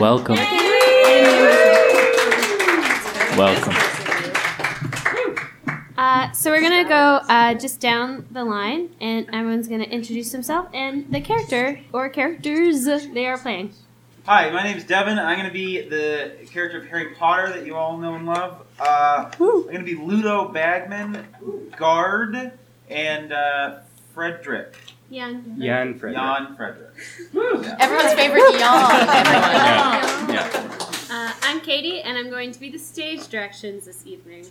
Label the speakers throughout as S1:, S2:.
S1: Welcome. Welcome.
S2: Uh, so we're gonna go uh, just down the line, and everyone's gonna introduce themselves and the character or characters they are playing.
S3: Hi, my name's Devin. I'm going to be the character of Harry Potter that you all know and love. Uh, I'm going to be Ludo Bagman, guard, and uh, Frederick.
S2: Yeah.
S4: Jan Frederick.
S3: Jan Frederick.
S5: Everyone's favorite yawn.
S1: Yeah. yeah.
S2: Uh, I'm Katie, and I'm going to be the stage directions this evening.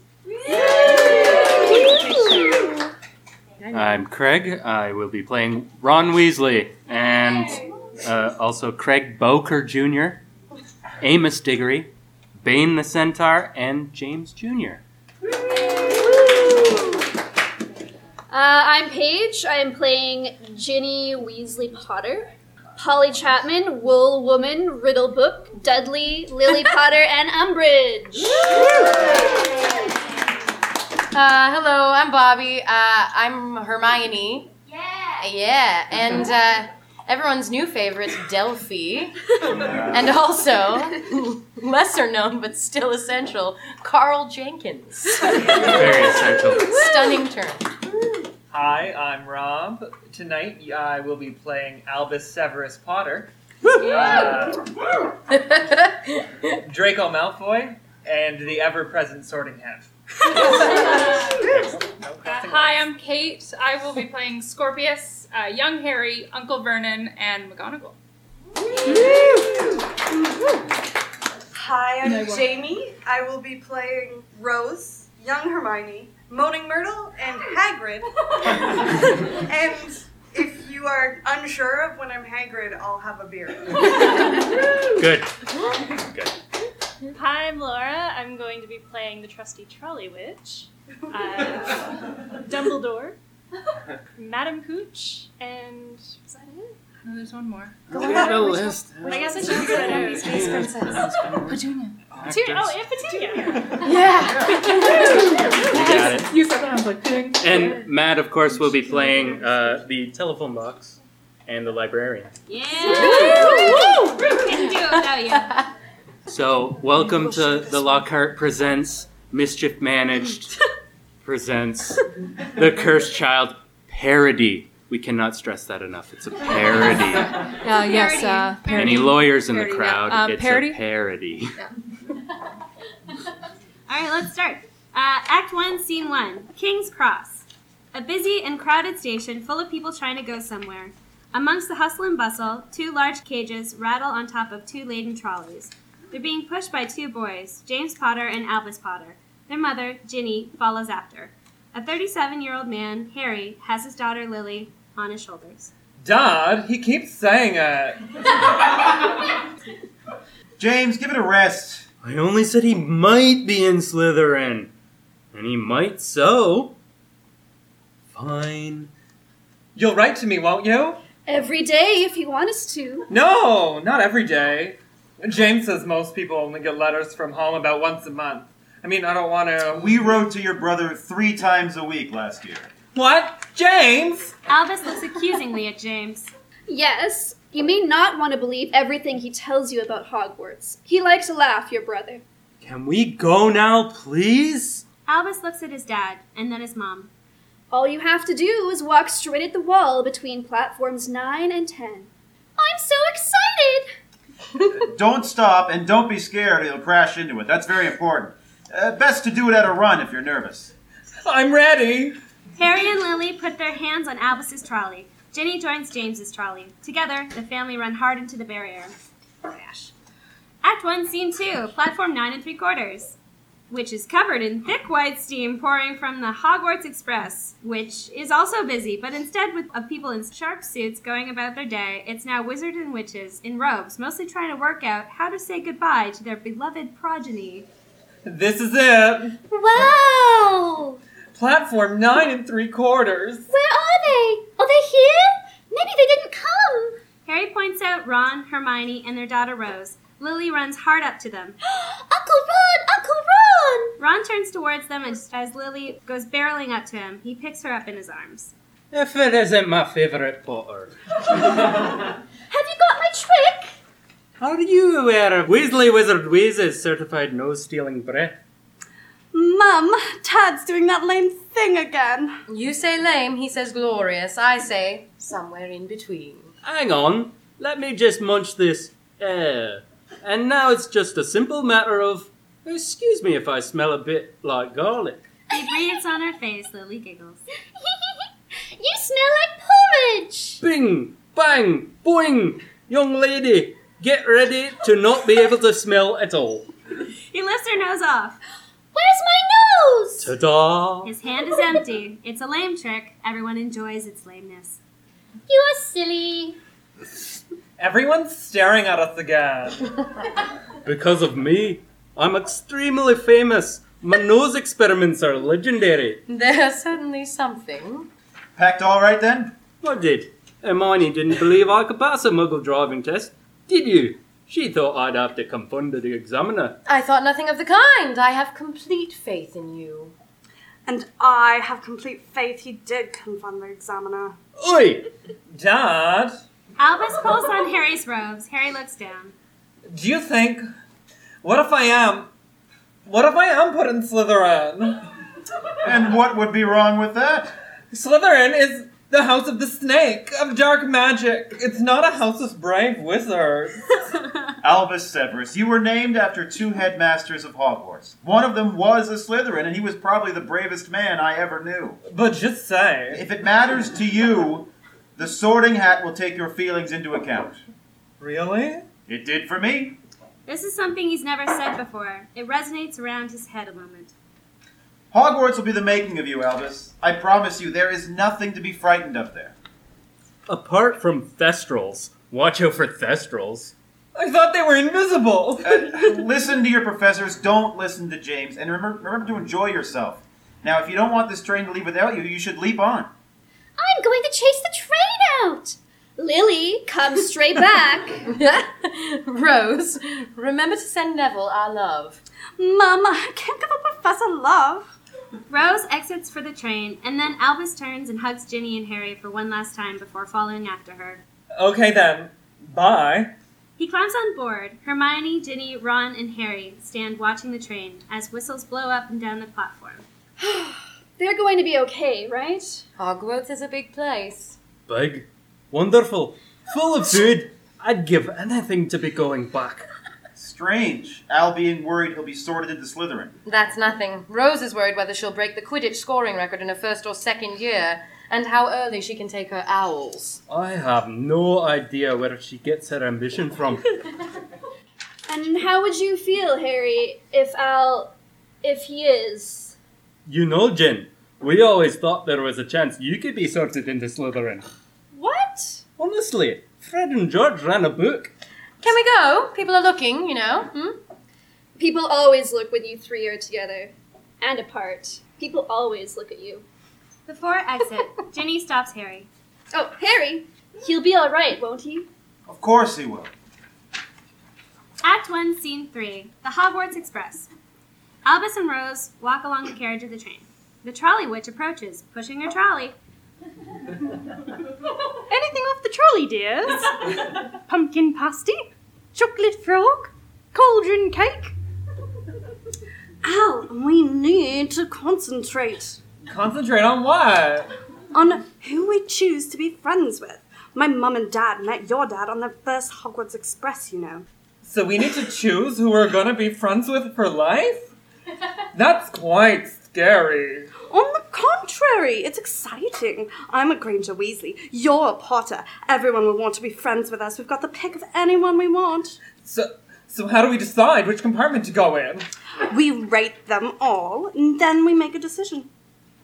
S1: I'm Craig. I will be playing Ron Weasley and uh, also Craig Boker Jr., Amos Diggory, Bane the Centaur, and James Jr.
S6: Uh, I'm Paige. I am playing Ginny Weasley Potter, Polly Chapman, Wool Woman, Riddle Book, Dudley, Lily Potter, and Umbridge.
S5: Uh, hello, I'm Bobby. Uh, I'm Hermione. Yeah. Yeah, and uh, everyone's new favorite, Delphi, and also lesser known but still essential, Carl Jenkins.
S1: Very essential.
S5: Stunning turn.
S7: Hi, I'm Rob. Tonight I will be playing Albus Severus Potter, uh, Draco Malfoy, and the ever-present Sorting Hat.
S8: Hi, I'm Kate. I will be playing Scorpius, uh, young Harry, Uncle Vernon, and McGonagall. Oh,
S9: Hi, I'm Jamie. I will be playing Rose, young Hermione, Moaning Myrtle, and Hagrid. and if you are unsure of when I'm Hagrid, I'll have a beer.
S1: Good.
S10: Hi, I'm Laura. I'm going to be playing the trusty trolley witch, uh, Dumbledore, Madam Pooch, and was that it?
S8: No, there's one more.
S10: I guess I should figure that out. Petunia. Oh, and Petunia.
S1: Got it.
S10: You said that. I was like, ding.
S1: And Matt, of course, will be playing uh, the telephone box and the librarian.
S2: Yeah. Couldn't do it without you.
S1: So, welcome to the Lockhart Presents Mischief Managed Presents The Cursed Child parody. We cannot stress that enough. It's a parody.
S5: Uh, yes, uh,
S1: Any lawyers in the crowd?
S5: Um,
S1: it's
S5: parody?
S1: a parody.
S2: All right, let's start. Uh, Act 1, Scene 1 King's Cross. A busy and crowded station full of people trying to go somewhere. Amongst the hustle and bustle, two large cages rattle on top of two laden trolleys. They're being pushed by two boys, James Potter and Albus Potter. Their mother, Ginny, follows after. A 37 year old man, Harry, has his daughter Lily on his shoulders.
S7: Dad, he keeps saying it.
S3: James, give it a rest.
S1: I only said he might be in Slytherin. And he might so. Fine.
S7: You'll write to me, won't you?
S6: Every day, if you want us to.
S7: No, not every day. James says most people only get letters from home about once a month. I mean, I don't want to.
S3: We wrote to your brother three times a week last year.
S7: What? James?
S2: Albus looks accusingly at James.
S6: Yes, you may not want to believe everything he tells you about Hogwarts. He likes to laugh, your brother.
S1: Can we go now, please?
S2: Albus looks at his dad and then his mom.
S6: All you have to do is walk straight at the wall between platforms 9 and 10. I'm so excited!
S3: Don't stop and don't be scared, or you'll crash into it. That's very important. Uh, best to do it at a run if you're nervous.
S7: I'm ready.
S2: Harry and Lily put their hands on Albus's trolley. Ginny joins James's trolley. Together, the family run hard into the barrier. Crash. Act 1, Scene 2, Platform 9 and 3 quarters, which is covered in thick white steam pouring from the Hogwarts Express, which is also busy, but instead with, of people in sharp suits going about their day, it's now wizards and witches in robes, mostly trying to work out how to say goodbye to their beloved progeny.
S7: This is it.
S6: Wow!
S7: Platform nine and three quarters.
S6: Where are they? Are they here? Maybe they didn't come.
S2: Harry points out Ron, Hermione, and their daughter Rose. Lily runs hard up to them.
S6: Uncle Ron! Uncle Ron!
S2: Ron turns towards them as, as Lily goes barreling up to him. He picks her up in his arms.
S4: If it isn't my favorite Potter.
S6: Have you got my trick?
S11: Are you aware of Weasley Wizard Wheezes certified nose stealing breath?
S9: Mum, Tad's doing that lame thing again.
S5: You say lame, he says glorious. I say somewhere in between.
S11: Hang on, let me just munch this air. And now it's just a simple matter of, excuse me if I smell a bit like garlic.
S2: He breathes on her face, Lily giggles.
S6: you smell like porridge!
S11: Bing, bang, boing, young lady, get ready to not be able to smell at all.
S2: He lifts her nose off.
S6: Where's my nose?
S11: Ta-da!
S2: His hand is empty. It's a lame trick. Everyone enjoys its lameness.
S6: You are silly.
S12: Everyone's staring at us again.
S11: Because of me, I'm extremely famous. My nose experiments are legendary.
S5: There's certainly something.
S3: Packed all right then?
S11: What did? Hermione didn't believe I could pass a muggle driving test, did you? She thought I'd have to confound the examiner.
S5: I thought nothing of the kind. I have complete faith in you.
S9: And I have complete faith he did confront the examiner.
S11: Oi!
S12: Dad,
S2: Albus pulls on Harry's robes. Harry looks down.
S12: do you think? What if I am? What if I am put in Slytherin?
S3: And what would be wrong with that?
S12: Slytherin is the house of the snake, of dark magic. It's not a house of brave wizards.
S3: Albus Severus, you were named after two headmasters of Hogwarts. One of them was a Slytherin, and he was probably the bravest man I ever knew.
S12: But just say,
S3: If it matters to you, the sorting hat will take your feelings into account.
S12: really?
S3: It did for me.
S2: This is something he's never said before. It resonates around his head a moment.
S3: Hogwarts will be the making of you, Albus. I promise you, there is nothing to be frightened of there.
S11: Apart from Thestrals, watch out for Thestrals.
S12: I thought they were invisible.
S3: Uh, listen to your professors, don't listen to James, and remember, remember to enjoy yourself. Now, if you don't want this train to leave without you, you should leap on.
S6: I'm going to chase the train out. Lily, come straight back.
S5: Rose, remember to send Neville our love.
S9: Mum, I can't give up Professor Love.
S2: Rose exits for the train, and then Albus turns and hugs Ginny and Harry for one last time before following after her.
S12: Okay then. Bye.
S2: He climbs on board. Hermione, Ginny, Ron, and Harry stand watching the train as whistles blow up and down the platform.
S6: They're going to be okay, right?
S5: Hogwarts is a big place.
S11: Big, wonderful, full of food. I'd give anything to be going back.
S3: Strange. Al being worried he'll be sorted into Slytherin.
S5: That's nothing. Rose is worried whether she'll break the Quidditch scoring record in her first or second year, and how early she can take her owls.
S11: I have no idea where she gets her ambition from.
S6: And how would you feel, Harry, if Al. if he is.
S11: You know, Jin, we always thought there was a chance you could be sorted into Slytherin.
S5: What?
S11: Honestly, Fred and George ran a book.
S5: Can we go? People are looking, you know. Hmm?
S6: People always look when you three are together and apart. People always look at you.
S2: Before exit, Ginny stops Harry.
S6: Oh, Harry! He'll be alright, won't he?
S3: Of course he will.
S2: Act 1, Scene 3 The Hogwarts Express. Albus and Rose walk along the carriage of the train. The trolley witch approaches, pushing her trolley.
S10: Anything off the trolley, dears? Pumpkin pasty? Chocolate frog? Cauldron cake?
S9: Al, we need to concentrate
S12: Concentrate on what?
S9: on who we choose to be friends with. My mum and dad met your dad on their first Hogwarts Express, you know.
S12: So we need to choose who we're gonna be friends with for life? That's quite scary.
S9: On the contrary, it's exciting. I'm a Granger Weasley. You're a Potter. Everyone will want to be friends with us. We've got the pick of anyone we want.
S12: So so how do we decide which compartment to go in?
S9: We rate them all, and then we make a decision.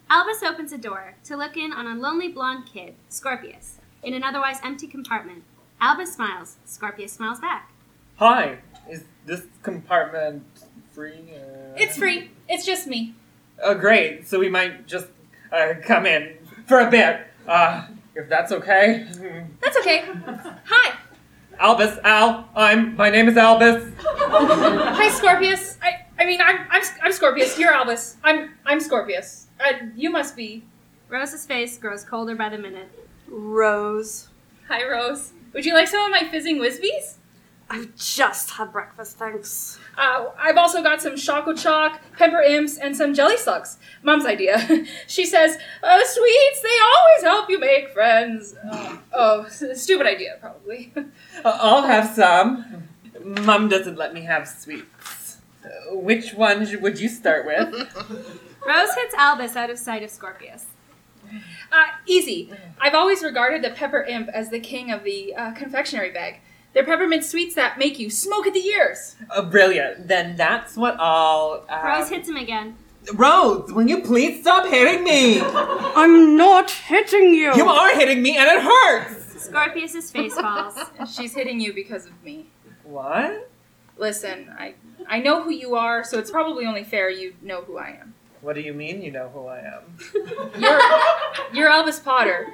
S2: Albus opens a door to look in on a lonely blonde kid, Scorpius, in an otherwise empty compartment. Albus smiles. Scorpius smiles back.
S12: Hi. Is this compartment free? Uh,
S8: It's free. It's just me.
S12: Oh great. So we might just uh, come in for a bit. Uh if that's okay.
S8: That's okay. Hi.
S12: Albus, Al, I'm my name is Albus.
S8: Hi, Scorpius. I, I mean, I'm, I'm, I'm Scorpius. You're Albus. I'm, I'm Scorpius. I, you must be.
S2: Rose's face grows colder by the minute.
S9: Rose.
S8: Hi, Rose. Would you like some of my fizzing Wisbies?
S4: I've just had breakfast, thanks.
S8: Uh, I've also got some Choco Chalk, Pepper Imps, and some Jelly Slugs. Mom's idea. she says, oh, sweets, they always help you make friends. Oh, oh, s- stupid idea, probably.
S7: Uh, I'll have some. Mum doesn't let me have sweets. Uh, Which one sh- would you start with?
S2: Rose hits Albus out of sight of Scorpius.
S8: Uh, easy. I've always regarded the pepper imp as the king of the uh, confectionery bag. They're peppermint sweets that make you smoke at the ears.
S7: Oh, brilliant. Then that's what I'll. Uh,
S2: Rose hits him again.
S7: Rose, will you please stop hitting me?
S4: I'm not hitting you!
S7: You are hitting me and it hurts!
S2: Scorpius's face falls.
S8: She's hitting you because of me.
S7: What?
S8: Listen, I I know who you are, so it's probably only fair you know who I am.
S7: What do you mean you know who I am?
S8: You're you're Albus Potter.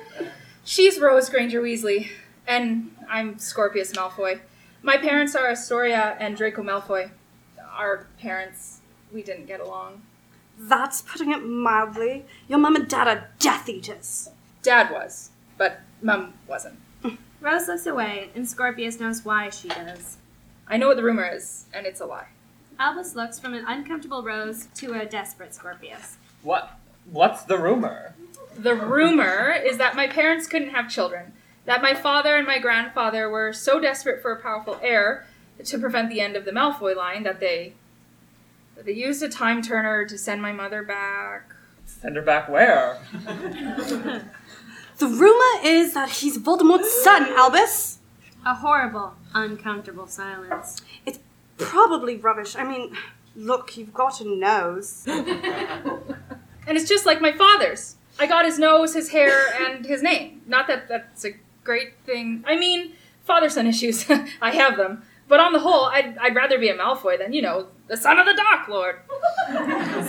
S8: She's Rose Granger Weasley, and I'm Scorpius Malfoy. My parents are Astoria and Draco Malfoy. Our parents, we didn't get along.
S4: That's putting it mildly. Your mum and dad are Death Eaters.
S8: Dad was, but Mum wasn't.
S2: Rose looks away, and Scorpius knows why she does.
S8: I know what the rumor is, and it's a lie.
S2: Albus looks from an uncomfortable Rose to a desperate Scorpius.
S7: What? What's the rumor?
S8: The rumor is that my parents couldn't have children, that my father and my grandfather were so desperate for a powerful heir to prevent the end of the Malfoy line that they that they used a time turner to send my mother back.
S7: Send her back where?
S4: The rumor is that he's Voldemort's son, Albus.
S2: A horrible, uncomfortable silence.
S4: Probably rubbish. I mean, look, you've got a nose.
S8: And it's just like my father's. I got his nose, his hair, and his name. Not that that's a great thing. I mean, father-son issues. I have them. But on the whole, I'd, I'd rather be a Malfoy than, you know, the son of the Dark Lord.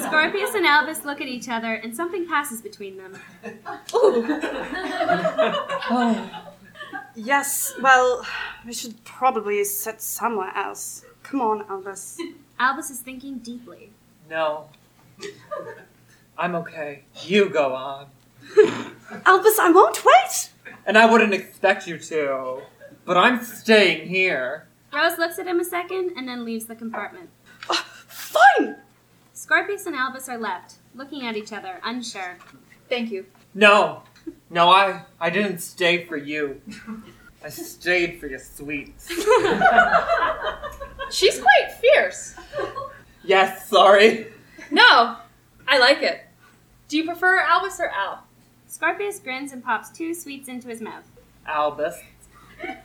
S2: Scorpius and Albus look at each other, and something passes between them.
S4: Yes, well, we should probably sit somewhere else. Come on, Albus.
S2: Albus is thinking deeply.
S7: No. I'm okay. You go on.
S4: Albus, I won't wait!
S7: And I wouldn't expect you to, but I'm staying here.
S2: Rose looks at him a second and then leaves the compartment.
S4: Fine!
S2: Scorpius and Albus are left, looking at each other, unsure.
S8: Thank you.
S7: No. No, I I didn't stay for you. I stayed for your sweets.
S8: She's quite fierce.
S7: Yes, sorry.
S8: No, I like it. Do you prefer Albus or Al?
S2: Scorpius grins and pops two sweets into his mouth.
S7: Albus.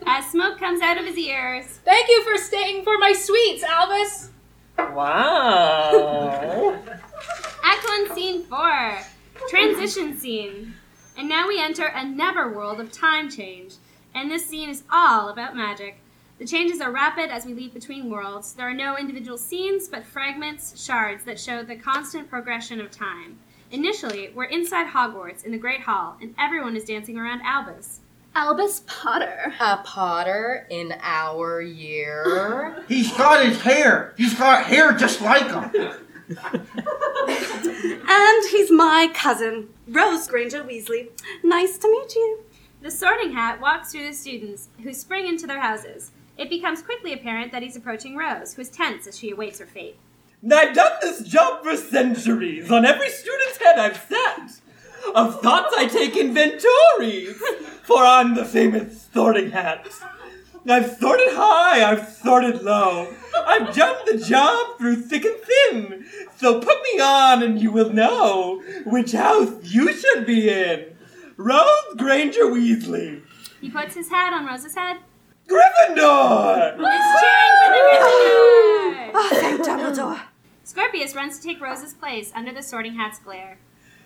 S2: As smoke comes out of his ears,
S8: Thank you for staying for my sweets, Albus.
S7: Wow.
S2: Act 1, Scene 4 Transition Scene. And now we enter another world of time change. And this scene is all about magic. The changes are rapid as we leap between worlds. There are no individual scenes, but fragments, shards that show the constant progression of time. Initially, we're inside Hogwarts in the Great Hall, and everyone is dancing around Albus.
S6: Albus Potter.
S5: A Potter in our year.
S3: He's got his hair. He's got hair just like him.
S4: And he's my cousin, Rose Granger Weasley. Nice to meet you.
S2: The sorting hat walks through the students, who spring into their houses. It becomes quickly apparent that he's approaching Rose, who is tense as she awaits her fate.
S7: I've done this job for centuries. On every student's head I've sat. Of thoughts I take inventories, for I'm the famous sorting hat. I've sorted high, I've sorted low. I've done the job through thick and thin. So put me on and you will know which house you should be in. Rose Granger Weasley.
S2: He puts his hat on Rose's head.
S7: Gryffindor!
S2: It's cheering for the Gryffindor!
S4: Ah, thank Dumbledore.
S2: Scorpius runs to take Rose's place under the sorting hat's glare.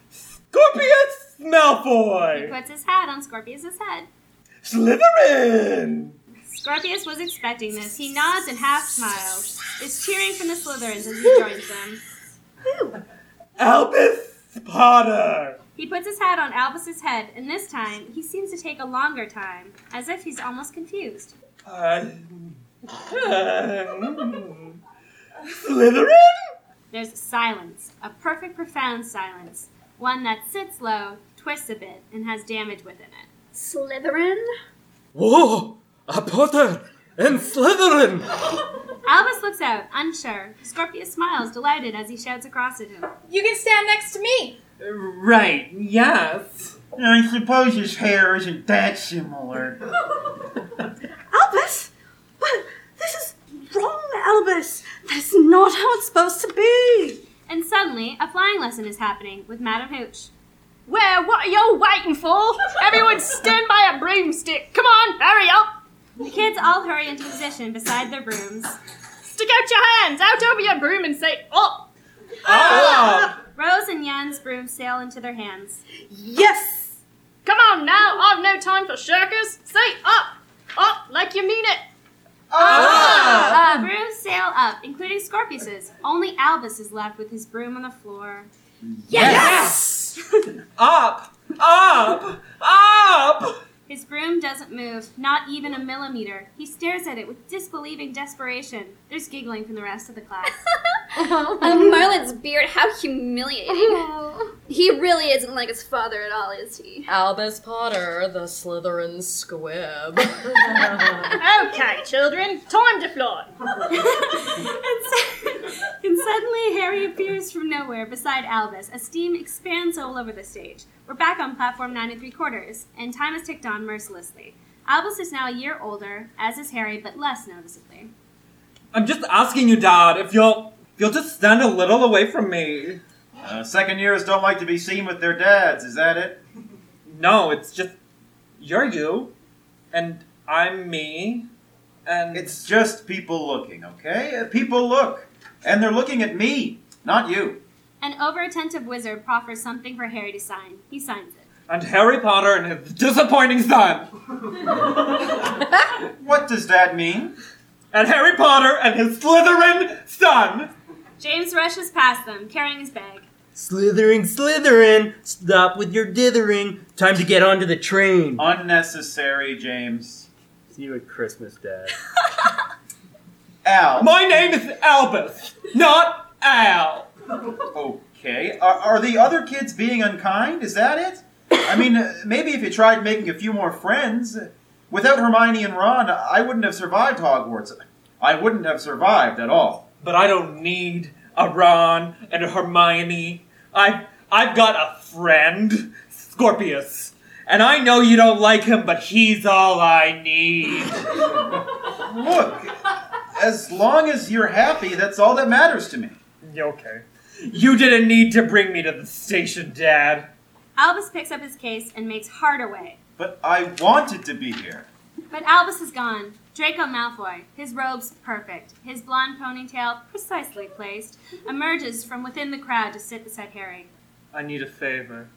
S7: Scorpius
S2: He
S7: Malfoy!
S2: puts his hat on Scorpius's head.
S7: Slytherin!
S2: Scorpius was expecting this. He nods and half smiles, is cheering from the Slytherins as he joins them.
S7: Albus Potter!
S2: He puts his hat on Albus's head, and this time he seems to take a longer time, as if he's almost confused.
S7: Um, um, Slytherin?
S2: There's silence, a perfect, profound silence, one that sits low, twists a bit, and has damage within it.
S6: Slytherin.
S7: Whoa! A Potter!
S12: And Slytherin!
S2: Albus looks out, unsure. Scorpius smiles, delighted, as he shouts across at him.
S8: You can stand next to me.
S12: Right, yes.
S3: I suppose his hair isn't that similar.
S9: Albus! But this is wrong, Albus! That's not how it's supposed to be!
S2: And suddenly, a flying lesson is happening with Madam Hooch.
S10: Where? What are you waiting for? Everyone stand by a broomstick. Come on, hurry up.
S2: The kids all hurry into position beside their brooms.
S10: Stick out your hands, out over your broom, and say "Oh." up.
S12: Ah!
S2: Rose and Yan's brooms sail into their hands.
S9: Yes!
S10: Come on now, I've no time for shirkers. Say up, up like you mean it.
S2: Ah!
S12: Ah!
S2: The brooms sail up, including Scorpius's. Only Albus is left with his broom on the floor.
S12: Yes! Up! Up! Up!
S2: His broom doesn't move, not even a millimeter. He stares at it with disbelieving desperation. There's giggling from the rest of the class.
S6: And Marlin's beard, how humiliating. He really isn't like his father at all, is he?
S5: Albus Potter, the Slytherin squib.
S10: Okay, children, time to fly.
S2: and, su- and suddenly Harry appears from nowhere beside Albus as steam expands all over the stage. We're back on platform nine and three quarters, and time has ticked on mercilessly. Albus is now a year older, as is Harry, but less noticeably.
S12: I'm just asking you, Dad, if you'll you'll just stand a little away from me.
S3: Uh, second years don't like to be seen with their dads, is that it?
S12: No, it's just you're you, and I'm me, and
S3: It's just people looking, okay? Uh, People look. And they're looking at me, not you.
S2: An overattentive wizard proffers something for Harry to sign. He signs it.
S12: and Harry Potter and his disappointing son,
S3: What does that mean?
S12: and Harry Potter and his Slytherin son.
S2: James rushes past them, carrying his bag.
S7: Slithering, slithering, stop with your dithering. Time to get onto the train.
S3: Unnecessary, James.
S7: See you at Christmas, Dad.
S3: Al.
S12: My name is Albus, not Al.
S3: Okay. Are, are the other kids being unkind? Is that it? I mean, uh, maybe if you tried making a few more friends. Without Hermione and Ron, I wouldn't have survived Hogwarts. I wouldn't have survived at all.
S12: But I don't need a Ron and a Hermione. I've I've got a friend, Scorpius, and I know you don't like him, but he's all I need.
S3: Look, as long as you're happy, that's all that matters to me.
S12: Yeah, okay. You didn't need to bring me to the station, Dad.
S2: Albus picks up his case and makes hard away.
S3: But I wanted to be here.
S2: But Albus is gone. Draco Malfoy, his robes perfect, his blonde ponytail precisely placed, emerges from within the crowd to sit beside Harry.
S12: I need a favor.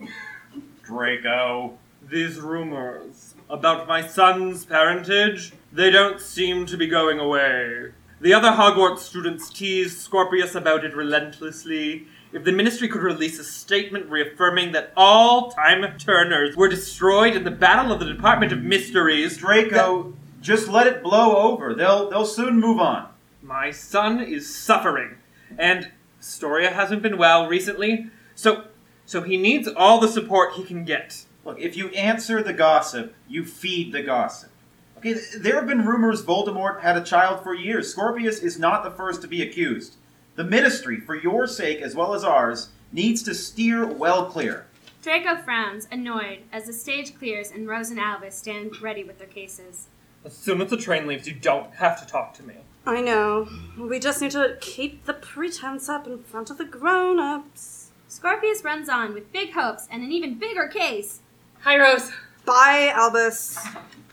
S3: Draco.
S12: These rumors about my son's parentage, they don't seem to be going away. The other Hogwarts students tease Scorpius about it relentlessly. If the ministry could release a statement reaffirming that all time turners were destroyed in the battle of the Department of Mysteries,
S3: Draco, just let it blow over. They'll they'll soon move on.
S12: My son is suffering, and Storia hasn't been well recently, so so he needs all the support he can get.
S3: Look, if you answer the gossip, you feed the gossip. Okay, th- there have been rumors Voldemort had a child for years. Scorpius is not the first to be accused. The ministry, for your sake as well as ours, needs to steer well clear.
S2: Draco frowns, annoyed, as the stage clears and Rose and Albus stand ready with their cases.
S12: As soon as the train leaves, you don't have to talk to me.
S9: I know. We just need to keep the pretense up in front of the grown ups.
S2: Scorpius runs on with big hopes and an even bigger case.
S8: Hi, Rose.
S9: Bye, Albus.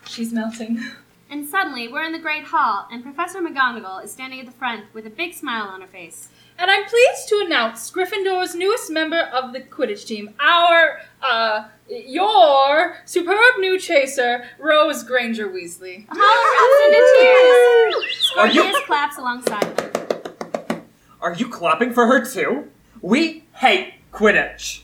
S8: She's melting.
S2: And suddenly, we're in the Great Hall, and Professor McGonagall is standing at the front with a big smile on her face.
S8: And I'm pleased to announce Gryffindor's newest member of the Quidditch team, our, uh, your superb new chaser, Rose Granger Weasley.
S2: The hall erupts into cheers! Scorpius claps alongside them.
S12: Are you clapping for her too? We hate Quidditch.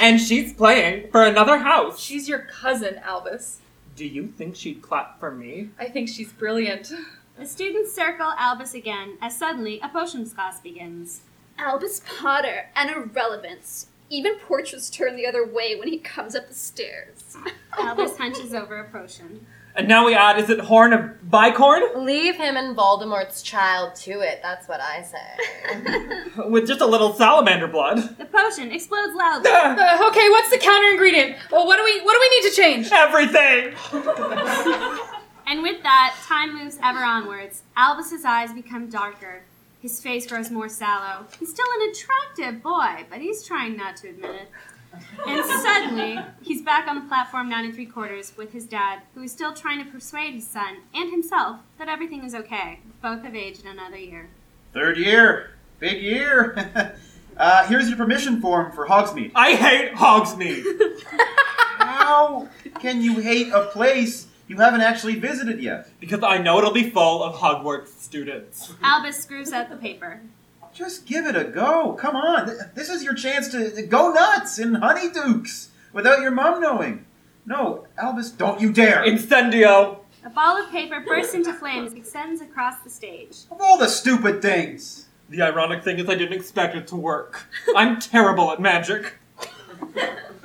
S12: And she's playing for another house.
S8: She's your cousin, Albus.
S12: Do you think she'd clap for me?
S8: I think she's brilliant.
S2: The students circle Albus again as suddenly a potions class begins.
S6: Albus Potter and irrelevance. Even portraits turn the other way when he comes up the stairs.
S2: Albus hunches over a potion.
S7: And now we add, is it horn of bicorn?
S5: Leave him and Voldemort's child to it. That's what I say.
S7: With just a little salamander blood.
S2: The potion explodes loudly.
S8: Uh, okay, what's the counter ingredient? Well, what do we what do we need to change?
S7: Everything.
S2: And with that, time moves ever onwards. Albus's eyes become darker. His face grows more sallow. He's still an attractive boy, but he's trying not to admit it. And suddenly, he's back on the platform nine and three quarters with his dad, who is still trying to persuade his son and himself that everything is okay, both of age in another year.
S3: Third year. Big year. uh, here's your permission form for Hogsmeade.
S7: I hate Hogsmeade.
S3: How can you hate a place you haven't actually visited yet?
S7: Because I know it'll be full of Hogwarts students.
S2: Albus screws out the paper.
S3: Just give it a go. Come on. Th- This is your chance to to go nuts in Honeydukes without your mom knowing. No, Albus, don't you dare.
S7: Incendio.
S2: A ball of paper bursts into flames, extends across the stage.
S3: Of all the stupid things.
S7: The ironic thing is, I didn't expect it to work. I'm terrible at magic.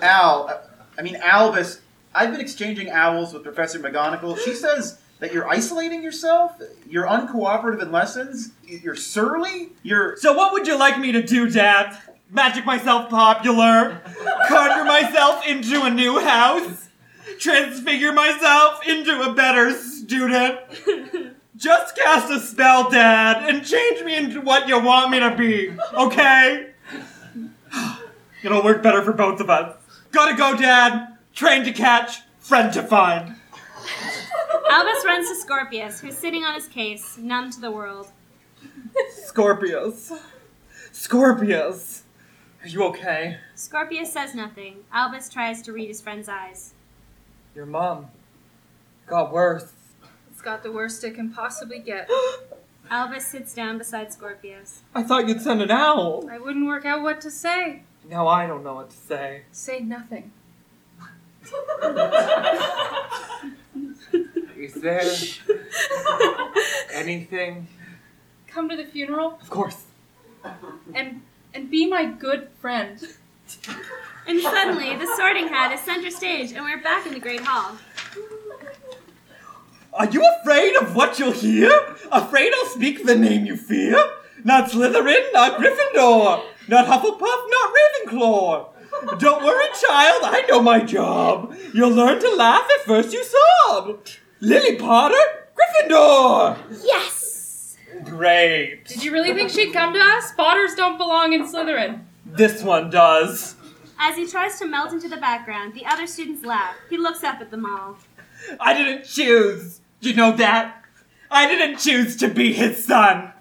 S3: Al, uh, I mean, Albus, I've been exchanging owls with Professor McGonagall. She says that you're isolating yourself, you're uncooperative in lessons, you're surly, you're
S7: So, what would you like me to do, Dad? Magic myself popular? Conjure myself into a new house? Transfigure myself into a better student? Just cast a spell, Dad, and change me into what you want me to be, okay? It'll work better for both of us. Gotta go, Dad. Train to catch, friend to find.
S2: Albus runs to Scorpius, who's sitting on his case, numb to the world.
S7: Scorpius. Scorpius. Are you okay?
S2: Scorpius says nothing. Albus tries to read his friend's eyes.
S7: Your mom got worse.
S8: It's got the worst it can possibly get.
S2: Albus sits down beside Scorpius.
S7: I thought you'd send an owl.
S8: I wouldn't work out what to say.
S7: Now I don't know what to say.
S8: Say nothing.
S13: Is there anything?
S8: Come to the funeral
S7: Of course.
S8: and and be my good friend.
S2: And suddenly, the sorting hat is center stage, and we're back in the Great Hall.
S7: Are you afraid of what you'll hear? Afraid I'll speak the name you fear? Not Slytherin, not Gryffindor, not Hufflepuff, not Ravenclaw. Don't worry, child, I know my job. You'll learn to laugh at first you sob. Lily Potter, Gryffindor.
S6: Yes!
S7: Great.
S8: Did you really think she'd come to us? Potters don't belong in Slytherin.
S7: This one does.
S2: As he tries to melt into the background, the other students laugh. He looks up at them all.
S7: I didn't choose. You know that? I didn't choose to be his son.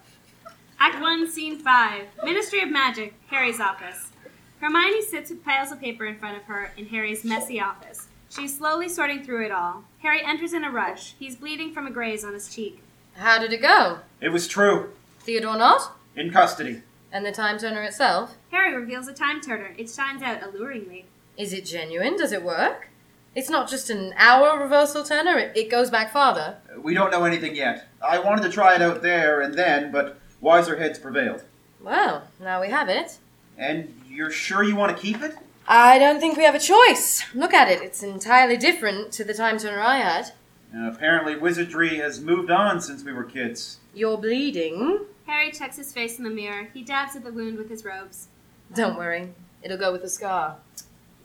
S2: Act 1, Scene 5 Ministry of Magic, Harry's office. Hermione sits with piles of paper in front of her in Harry's messy office. She's slowly sorting through it all. Harry enters in a rush. He's bleeding from a graze on his cheek.
S5: How did it go?
S3: It was true.
S5: Theodore not?
S3: In custody.
S5: And the time turner itself?
S2: Harry reveals a time turner. It shines out alluringly.
S5: Is it genuine? Does it work? It's not just an hour reversal turner, it, it goes back farther.
S3: We don't know anything yet. I wanted to try it out there and then, but wiser heads prevailed.
S5: Well, now we have it.
S3: And you're sure you want to keep it?
S5: I don't think we have a choice. Look at it, it's entirely different to the time turner I had.
S3: Uh, apparently, wizardry has moved on since we were kids.
S5: You're bleeding.
S2: Harry checks his face in the mirror. He dabs at the wound with his robes.
S5: Don't worry, it'll go with the scar.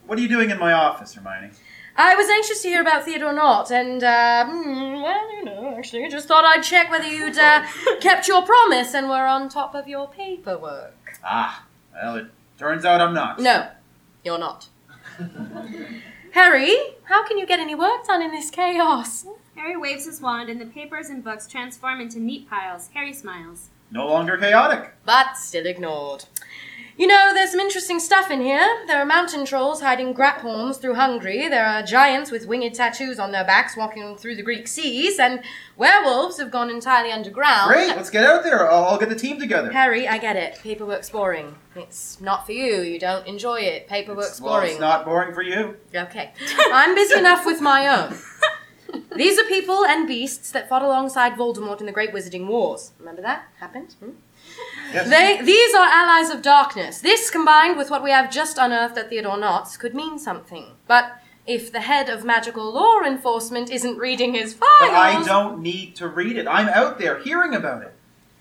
S3: What are you doing in my office, Hermione?
S5: I was anxious to hear about Theodore Knott, and, uh, mm, well, you know, actually, I just thought I'd check whether you'd uh, kept your promise and were on top of your paperwork.
S3: Ah, well, it turns out I'm not.
S5: No, you're not. Harry, how can you get any work done in this chaos?
S2: Harry waves his wand, and the papers and books transform into neat piles. Harry smiles.
S3: No longer chaotic.
S5: But still ignored. You know, there's some interesting stuff in here. There are mountain trolls hiding grap horns through Hungary. There are giants with winged tattoos on their backs walking through the Greek seas, and werewolves have gone entirely underground.
S3: Great, let's get out there. I'll, I'll get the team together.
S5: Harry, I get it. Paperwork's boring. It's not for you. You don't enjoy it. Paperwork's
S3: well,
S5: boring.
S3: it's not boring for you.
S5: Okay. I'm busy enough with my own. These are people and beasts that fought alongside Voldemort in the Great Wizarding Wars. Remember that? Happened? Hmm?
S3: Yes.
S5: They, these are allies of darkness. This, combined with what we have just unearthed at Theodore Knott's, could mean something. But if the head of magical law enforcement isn't reading his files.
S3: But I don't need to read it. I'm out there hearing about it.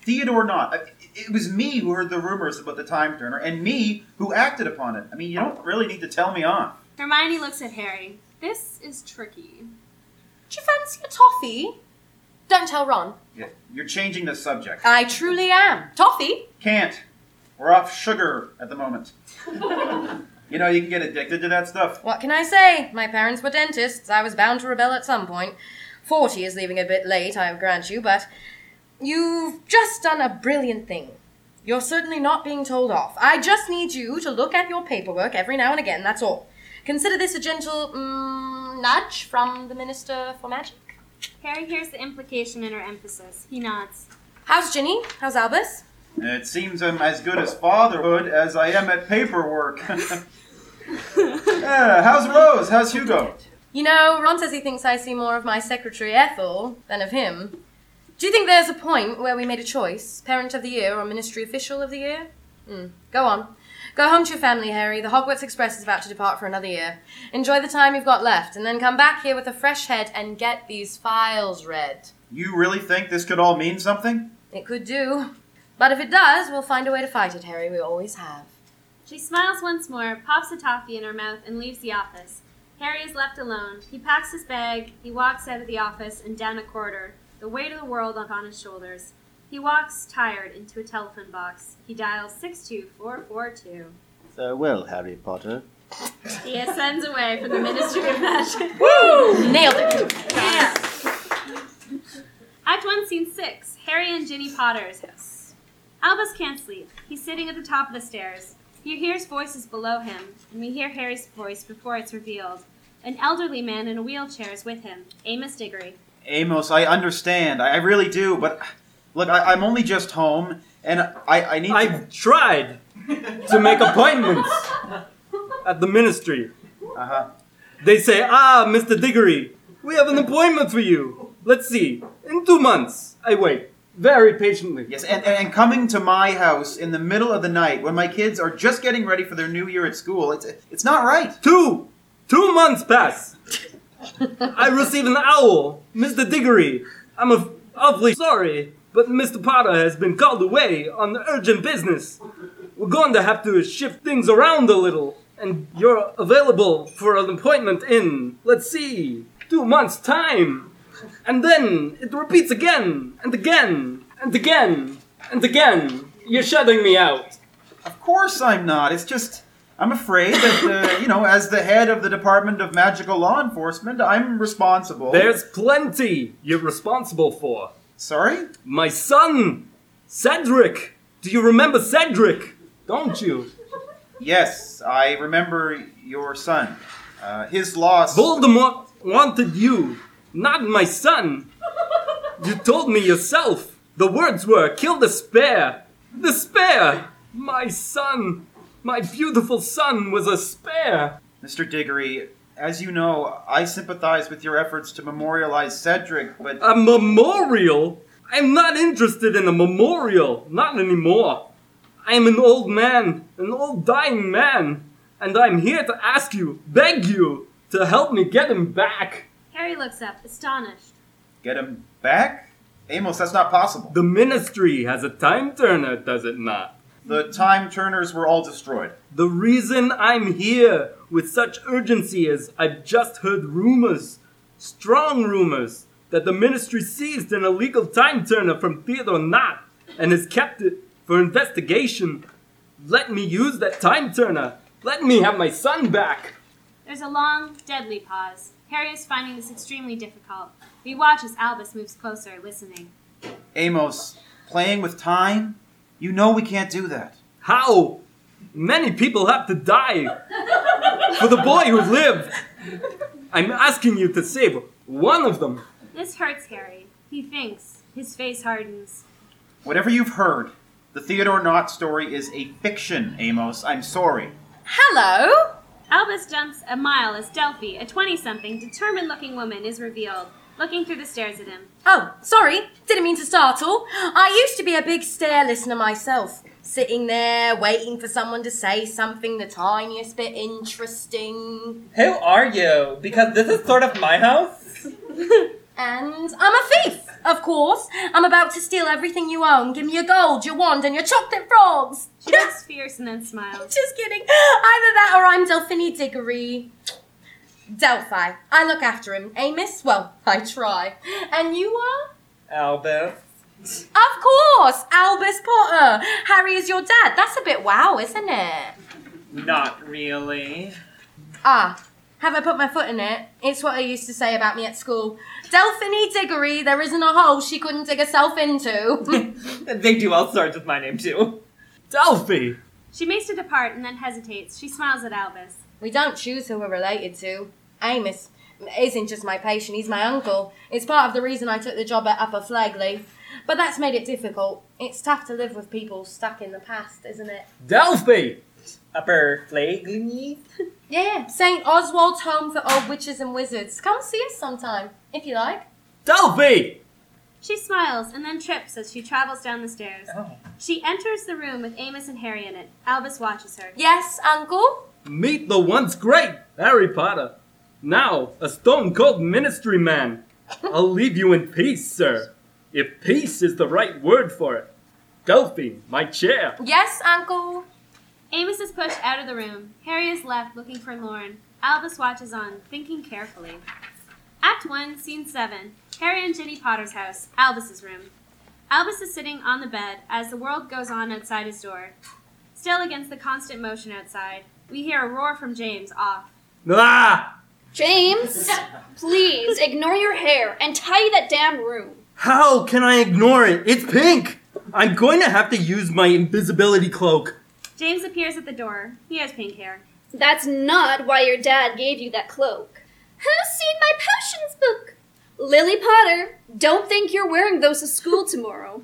S3: Theodore not. I- It was me who heard the rumors about the time turner, and me who acted upon it. I mean, you don't really need to tell me off.
S2: Hermione looks at Harry. This is tricky.
S5: Do you fancy a toffee? Don't tell Ron.
S3: Yeah, You're changing the subject.
S5: I truly am. Toffee?
S3: Can't. We're off sugar at the moment. You know, you can get addicted to that stuff.
S5: What can I say? My parents were dentists. I was bound to rebel at some point. Forty is leaving a bit late, I grant you, but you've just done a brilliant thing. You're certainly not being told off. I just need you to look at your paperwork every now and again, that's all. Consider this a gentle mm, nudge from the Minister for Magic.
S2: Harry hears the implication in her emphasis. He nods.
S5: How's Ginny? How's Albus?
S3: It seems I'm as good as fatherhood as I am at paperwork. yeah, how's Rose? How's Hugo?
S5: You know, Ron says he thinks I see more of my secretary Ethel than of him. Do you think there's a point where we made a choice? Parent of the year or ministry official of the year? Hmm. Go on. Go home to your family, Harry. The Hogwarts Express is about to depart for another year. Enjoy the time you've got left, and then come back here with a fresh head and get these files read.
S3: You really think this could all mean something?
S5: It could do. But if it does, we'll find a way to fight it, Harry. We always have.
S2: She smiles once more, pops a toffee in her mouth, and leaves the office. Harry is left alone. He packs his bag, he walks out of the office and down a corridor, the weight of the world upon his shoulders. He walks, tired, into a telephone box. He dials 62442.
S13: Farewell, Harry Potter.
S2: He ascends away from the Ministry of Magic.
S5: Woo! Nailed it!
S2: Act 1, Scene 6 Harry and Ginny Potter's house. Albus can't sleep. He's sitting at the top of the stairs. He hears voices below him, and we hear Harry's voice before it's revealed. An elderly man in a wheelchair is with him, Amos Diggory.
S3: Amos, I understand. I I really do, but look, I, I'm only just home, and I, I need I've
S11: tried to make appointments at the ministry.
S3: Uh-huh.
S11: They say, ah, Mr. Diggory, we have an appointment for you. Let's see. In two months. I wait very patiently.
S3: Yes, and, and, and coming to my house in the middle of the night when my kids are just getting ready for their new year at school, it's, it's not right.
S11: Two! Two months pass. I receive an owl. Mr. Diggory, I'm a- awfully sorry, but Mr. Potter has been called away on urgent business. We're going to have to shift things around a little, and you're available for an appointment in, let's see, two months' time. And then it repeats again, and again, and again, and again. You're shutting me out.
S3: Of course I'm not. It's just, I'm afraid that, uh, you know, as the head of the Department of Magical Law Enforcement, I'm responsible.
S11: There's plenty you're responsible for.
S3: Sorry?
S11: My son, Cedric. Do you remember Cedric? Don't you?
S3: Yes, I remember your son. Uh, his loss.
S11: Voldemort wanted you, not my son. You told me yourself. The words were kill the spare. The spare! My son, my beautiful son, was a spare.
S3: Mr. Diggory, as you know, I sympathize with your efforts to memorialize Cedric, but.
S11: A memorial? I'm not interested in a memorial, not anymore. I am an old man, an old dying man, and I'm here to ask you, beg you, to help me get him back.
S2: Harry looks up, astonished.
S3: Get him back? Amos, that's not possible.
S11: The ministry has a time turner, does it not?
S3: The time turners were all destroyed.
S11: The reason I'm here with such urgency is I've just heard rumors, strong rumors, that the ministry seized an illegal time turner from Theodore Knott and has kept it for investigation. Let me use that time turner. Let me have my son back.
S2: There's a long, deadly pause. Harry is finding this extremely difficult. We watch as Albus moves closer, listening.
S3: Amos, playing with time? You know we can't do that.
S11: How? Many people have to die for the boy who lived. I'm asking you to save one of them.
S2: This hurts Harry. He thinks. His face hardens.
S3: Whatever you've heard, the Theodore Knott story is a fiction, Amos. I'm sorry.
S5: Hello?
S2: Albus jumps a mile as Delphi, a 20 something, determined looking woman, is revealed, looking through the stairs at him.
S5: Oh, sorry, didn't mean to startle. I used to be a big stare listener myself. sitting there waiting for someone to say something the tiniest bit interesting.
S7: Who are you? Because this is sort of my house.
S5: And I'm a thief, of course. I'm about to steal everything you own. Give me your gold, your wand, and your chocolate frogs.
S2: She looks fierce and then smiles.
S5: Just kidding. Either that or I'm Delphine Diggory. Delphi. I look after him. Amos? Well, I try. And you are?
S7: Albus.
S5: Of course! Albus Potter! Harry is your dad. That's a bit wow, isn't it?
S7: Not really.
S5: Ah, have I put my foot in it? It's what I used to say about me at school. Delphine Diggory, there isn't a hole she couldn't dig herself into.
S7: They do all sorts with my name too.
S11: Delphi!
S2: She makes to depart and then hesitates. She smiles at Albus.
S5: we don't choose who we're related to. Amos isn't just my patient, he's my uncle. It's part of the reason I took the job at Upper Flagley. But that's made it difficult. It's tough to live with people stuck in the past, isn't it?
S11: Delphi!
S7: Upper Flagley?
S5: Yeah, St. Oswald's home for old witches and wizards. Come see us sometime, if you like.
S11: Delphi!
S2: She smiles and then trips as she travels down the stairs. She enters the room with Amos and Harry in it. Albus watches her.
S5: Yes, Uncle?
S11: Meet the once great Harry Potter. Now, a stone cold ministry man. I'll leave you in peace, sir. If peace is the right word for it. Delphi, my chair.
S5: Yes, Uncle.
S2: Amos is pushed out of the room. Harry is left looking for Lauren. Albus watches on, thinking carefully. Act 1, Scene 7. Harry and Ginny Potter's house, Albus's room. Albus is sitting on the bed as the world goes on outside his door. Still against the constant motion outside, we hear a roar from James off.
S11: Ah!
S6: James, please ignore your hair and tidy that damn room.
S11: How can I ignore it? It's pink! I'm going to have to use my invisibility cloak.
S2: James appears at the door. He has pink hair.
S6: That's not why your dad gave you that cloak. Who's seen my potions book? Lily Potter, don't think you're wearing those to school tomorrow.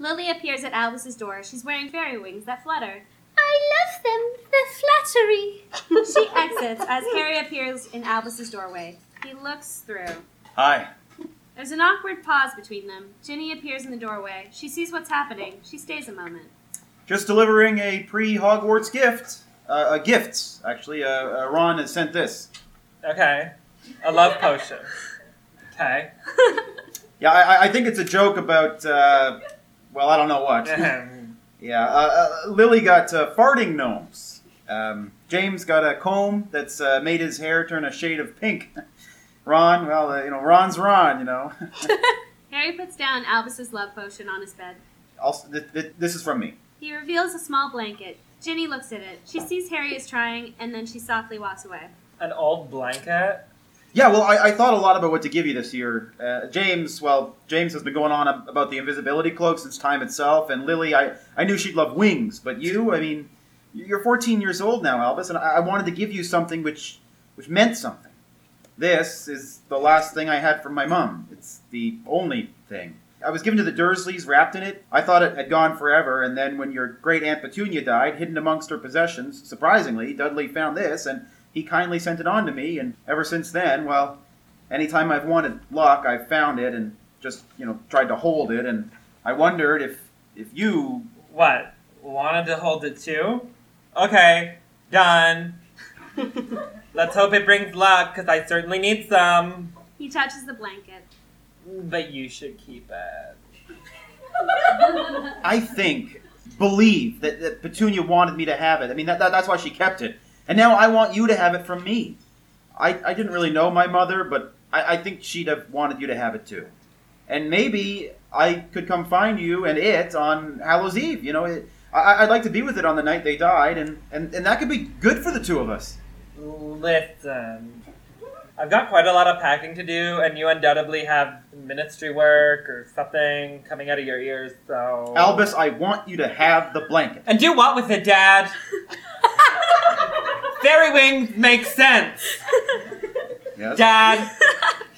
S2: Lily appears at Albus's door. She's wearing fairy wings that flutter.
S6: I love them. They're flattery.
S2: She exits as Harry appears in Albus's doorway. He looks through.
S3: Hi.
S2: There's an awkward pause between them. Ginny appears in the doorway. She sees what's happening. She stays a moment.
S3: Just delivering a pre Hogwarts gift. Uh, a gift, actually. Uh, uh, Ron has sent this.
S7: Okay. A love potion. Okay.
S3: Yeah, I, I- I think it's a joke about, uh, well, I don't know what. yeah, uh, uh, Lily got uh, farting gnomes. Um, James got a comb that's uh, made his hair turn a shade of pink. Ron, well, uh, you know, Ron's Ron, you know.
S2: Harry puts down Albus's love potion on his bed.
S3: also, th- th- this is from me.
S2: He reveals a small blanket. Ginny looks at it. She sees Harry is trying, and then she softly walks away.
S7: An old blanket.
S3: Yeah, well, I, I thought a lot about what to give you this year. Uh, James, well, James has been going on ab- about the invisibility cloak since time itself, and Lily, I, I knew she'd love wings, but you, I mean, you're 14 years old now, Albus, and I, I wanted to give you something which, which meant something. This is the last thing I had from my mum. It's the only thing. I was given to the Dursleys, wrapped in it. I thought it had gone forever, and then when your great Aunt Petunia died, hidden amongst her possessions, surprisingly, Dudley found this, and he kindly sent it on to me, and ever since then, well, anytime I've wanted luck, I've found it and just, you know, tried to hold it, and I wondered if, if you.
S7: What? Wanted to hold it too? Okay, done. Let's hope it brings luck, because I certainly need some.
S2: He touches the blanket.
S7: But you should keep it.
S3: I think, believe that, that Petunia wanted me to have it. I mean, that, that, that's why she kept it. And now I want you to have it from me. I, I didn't really know my mother, but I, I think she'd have wanted you to have it too. And maybe I could come find you and it on Hallows Eve. You know, it, I, I'd like to be with it on the night they died, and, and, and that could be good for the two of us.
S7: Listen, I've got quite a lot of packing to do, and you undoubtedly have ministry work or something coming out of your ears, so.
S3: Albus, I want you to have the blanket.
S7: Oh. And do what with it, Dad? Fairy wings make sense. Dad,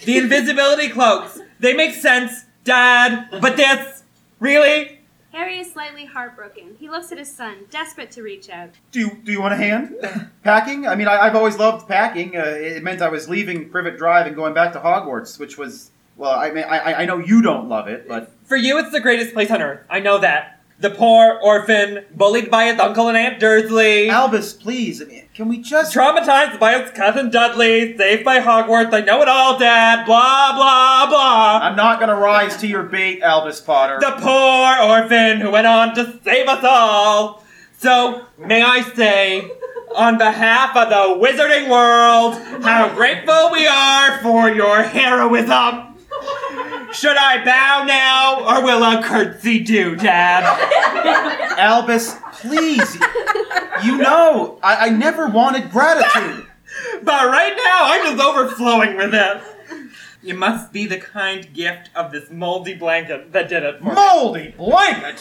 S7: the invisibility cloaks, they make sense, Dad, but this, really?
S2: Harry is slightly heartbroken. He looks at his son, desperate to reach out.
S3: Do you, do you want a hand? packing? I mean, I, I've always loved packing. Uh, it meant I was leaving Privet Drive and going back to Hogwarts, which was, well, I mean, I, I know you don't love it, but
S7: For you, it's the greatest place on earth. I know that. the poor orphan bullied by his uncle and aunt Dursley.
S3: Albus, please, can we just
S7: traumatized by his cousin Dudley, saved by Hogwarts? I know it all, Dad. Blah blah blah.
S3: I'm not gonna rise to your bait, Albus Potter.
S7: The poor orphan who went on to save us all. So, may I say, on behalf of the wizarding world, how grateful we are for your heroism. Should I bow now, or will a curtsy do, Dad?
S3: Albus, please. You know, I, I never wanted gratitude.
S7: but right now, I'm just overflowing with it. It must be the kind gift of this moldy blanket that did it for me.
S3: Moldy blanket?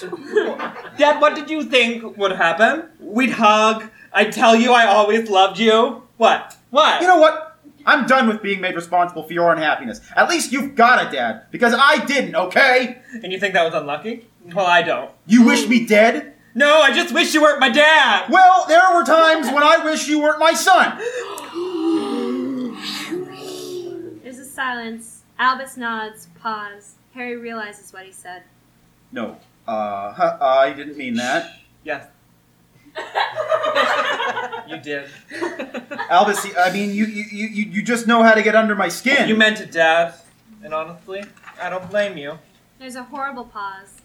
S7: Dad, what did you think would happen? We'd hug. I'd tell you I always loved you. What? What?
S3: You know what? I'm done with being made responsible for your unhappiness. At least you've got it, Dad, because I didn't, okay?
S7: And you think that was unlucky? Well, I don't.
S3: You wish me dead?
S7: No, I just wish you weren't my dad.
S3: Well, there were times when I wish you weren't my son.
S2: There's a silence. Albus nods, pause. Harry realizes what he said.
S3: No, uh, huh, I didn't mean that.
S7: Yes. you did.
S3: Albus, I mean, you, you, you, you just know how to get under my skin.
S7: You meant it, Dad. And honestly, I don't blame you.
S2: There's a horrible pause.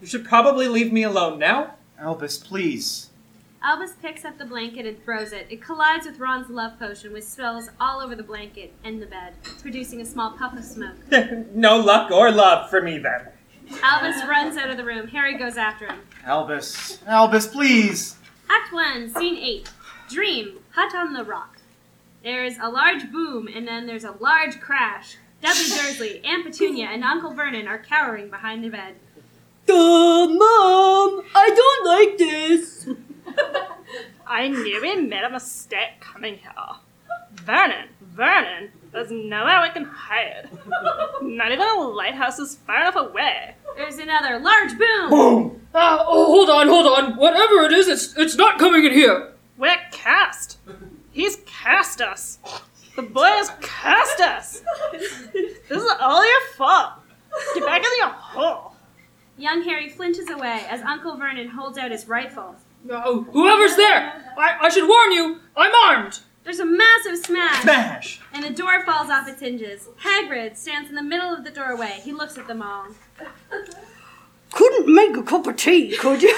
S7: You should probably leave me alone now.
S3: Albus, please.
S2: Albus picks up the blanket and throws it. It collides with Ron's love potion, which spills all over the blanket and the bed, producing a small puff of smoke.
S7: no luck or love for me then.
S2: Albus runs out of the room. Harry goes after him.
S3: Albus, Albus, please.
S2: Act 1, Scene 8. Dream, Hut on the Rock. There's a large boom, and then there's a large crash. Dudley Dursley, Aunt Petunia, and Uncle Vernon are cowering behind the bed.
S14: Duh, Mom, I don't like this.
S10: I knew we made a mistake coming here. Vernon, Vernon, there's nowhere we can hide. Not even a lighthouse is far enough away.
S2: There's another large boom.
S7: Boom!
S10: Uh,
S15: Oh, hold on, hold on. Whatever it is, it's it's not coming in here.
S10: We're cast. He's cast us. The boy has cast us. This is all your fault. Get back in your hole.
S2: Young Harry flinches away as Uncle Vernon holds out his rifle.
S15: No, whoever's there, I, I should warn you, I'm armed.
S2: There's a massive smash.
S3: Smash!
S2: And the door falls off its hinges. Hagrid stands in the middle of the doorway. He looks at them all.
S4: Couldn't make a cup of tea, could you?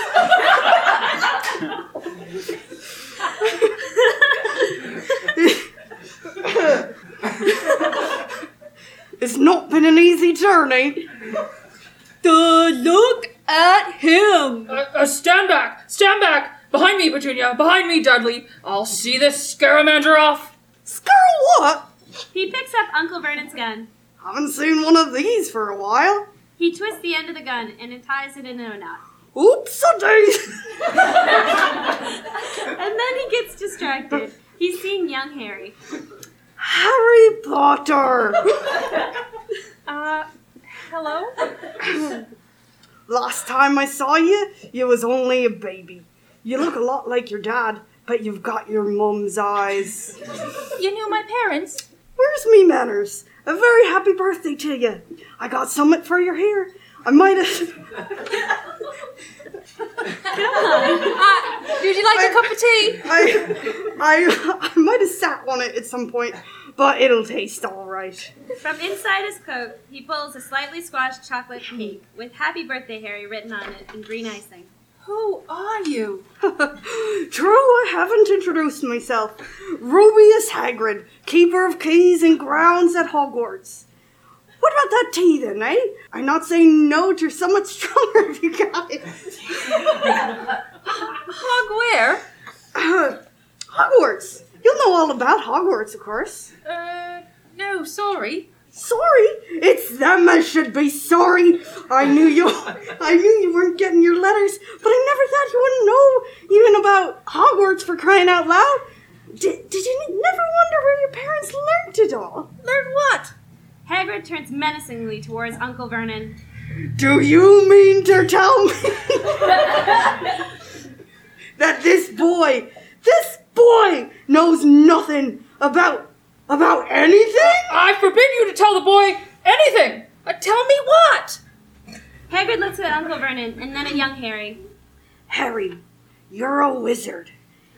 S4: it's not been an easy journey.
S15: The look at him. Uh, uh, stand back, stand back. Behind me, Petunia. Behind me, Dudley. I'll see this scaramander off.
S4: Scar what?
S2: He picks up Uncle Vernon's gun.
S4: Haven't seen one of these for a while.
S2: He twists the end of the gun and ties it into a knot.
S4: Oops, I
S2: And then he gets distracted. He's seeing young Harry.
S4: Harry Potter.
S10: Uh, hello?
S4: Last time I saw you, you was only a baby. You look a lot like your dad, but you've got your mum's eyes.
S10: You knew my parents?
S4: Where's me manners? A very happy birthday to you. I got something for your hair. I might have.
S14: Uh, would you like a cup of tea?
S4: I, I, I might have sat on it at some point, but it'll taste all right.
S2: From inside his coat, he pulls a slightly squashed chocolate cake with Happy Birthday, Harry written on it in green icing.
S4: Who are you? True, I haven't introduced myself. Rubius Hagrid, keeper of keys and grounds at Hogwarts. What about that tea then, eh? I'm not saying no to somewhat stronger if you got it. Hog where? Hogwarts. You'll know all about Hogwarts, of course.
S15: Uh, no, sorry.
S4: Sorry, it's them I should be sorry. I knew you. I knew you weren't getting your letters, but I never thought you wouldn't know even about Hogwarts for crying out loud. Did, did you ne- never wonder where your parents learned it all? Learned what?
S2: Hagrid turns menacingly towards Uncle Vernon.
S4: Do you mean to tell me that this boy, this boy, knows nothing about about anything?
S15: I forbid you to tell the boy anything. Uh, tell me what?
S2: Hagrid looks at Uncle Vernon and and then at young Harry.
S9: Harry, you're a wizard.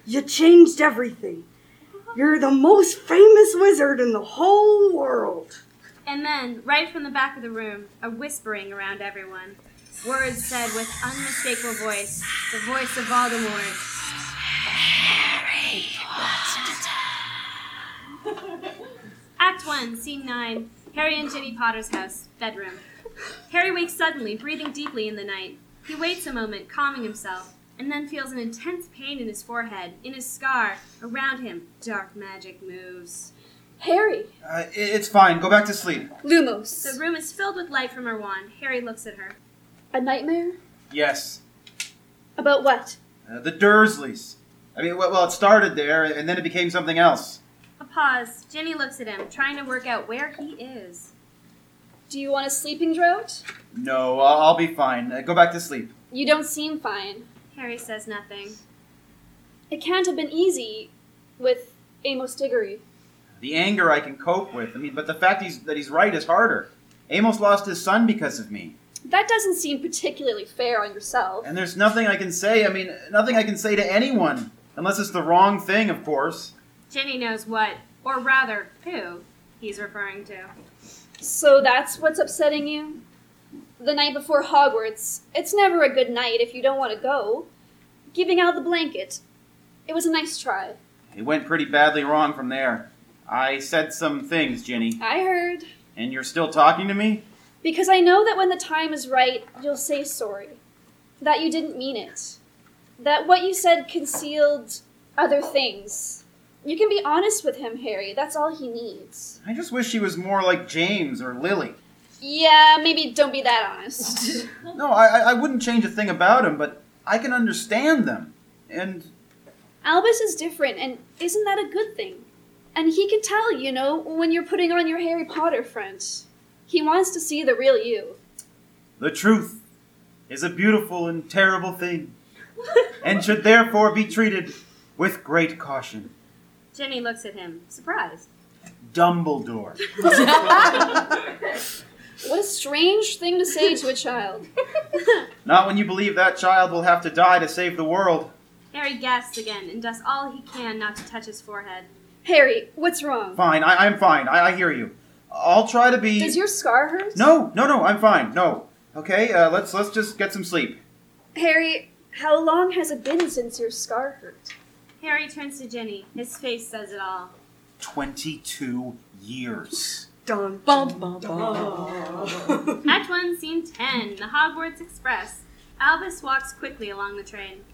S9: You changed everything. You're the most famous wizard in the whole world.
S2: And then, right from the back of the room, a whispering around everyone. Words said with unmistakable voice, the voice of Voldemort. Act 1, Scene 9. Harry and Ginny Potter's house, bedroom. Harry wakes suddenly, breathing deeply in the night. He waits a moment, calming himself, and then feels an intense pain in his forehead, in his scar, around him. Dark magic moves.
S6: Harry!
S3: Uh, it- it's fine. Go back to sleep.
S6: Lumos.
S2: The room is filled with light from her wand. Harry looks at her.
S6: A nightmare?
S3: Yes.
S6: About what?
S3: Uh, the Dursleys. I mean, well, well, it started there, and then it became something else.
S2: A pause. Ginny looks at him, trying to work out where he is.
S6: Do you want a sleeping draught?
S3: No, I'll, I'll be fine. Uh, go back to sleep.
S6: You don't seem fine.
S2: Harry says nothing.
S6: It can't have been easy with Amos Diggory.
S3: The anger I can cope with. I mean, but the fact he's, that he's right is harder. Amos lost his son because of me.
S6: That doesn't seem particularly fair on yourself.
S3: And there's nothing I can say. I mean, nothing I can say to anyone. Unless it's the wrong thing, of course.
S2: Ginny knows what, or rather, who, he's referring to.
S6: So that's what's upsetting you? The night before Hogwarts, it's never a good night if you don't want to go. Giving out the blanket. It was a nice try.
S3: It went pretty badly wrong from there. I said some things, Ginny.
S6: I heard.
S3: And you're still talking to me?
S6: Because I know that when the time is right, you'll say sorry. That you didn't mean it. That what you said concealed other things. You can be honest with him, Harry. That's all he needs.
S3: I just wish she was more like James or Lily.
S6: Yeah, maybe don't be that honest.
S3: No, I, I- I wouldn't change a thing about him, but I can understand them. And
S6: Albus is different, and isn't that a good thing? And he can tell, you know, when you're putting on your Harry Potter front. He wants to see the real you.
S3: the truth is a beautiful and terrible thing, and should therefore be treated with great caution.
S2: Ginny looks at him, surprised.
S3: Dumbledore.
S6: What a strange thing to say to a child.
S3: Not when you believe that child will have to die to save the world.
S2: Harry gasps again and does all he can not to touch his forehead.
S6: Harry, what's wrong?
S3: Fine, I, I'm fine. I, I hear you. I'll try to be.
S6: Does your scar hurt?
S3: No, no, no. I'm fine. No. Okay. Uh, let's let's just get some sleep.
S6: Harry, how long has it been since your scar hurt?
S2: Harry turns to Ginny. His face says it all.
S3: Twenty-two years.
S9: Dun,
S16: bum, bum, bum.
S2: Act 1, Scene 10 The Hogwarts Express. Albus walks quickly along the train.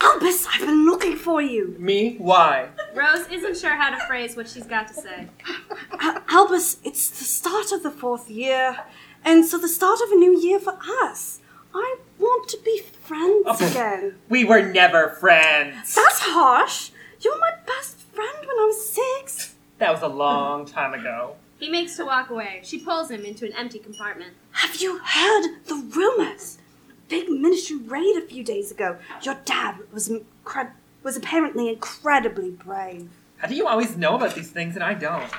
S9: Albus, I've been looking for you.
S12: Me? Why?
S2: Rose isn't sure how to phrase what she's got to say.
S9: Al- Albus, it's the start of the fourth year, and so the start of a new year for us. I want to be friends again.
S12: We were never friends.
S9: That's harsh. You were my best friend when I was six.
S12: That was a long time ago.
S2: He makes to walk away. She pulls him into an empty compartment.
S9: Have you heard the rumors? Big ministry raid a few days ago. Your dad was incre- was apparently incredibly brave.
S12: How do you always know about these things and I don't?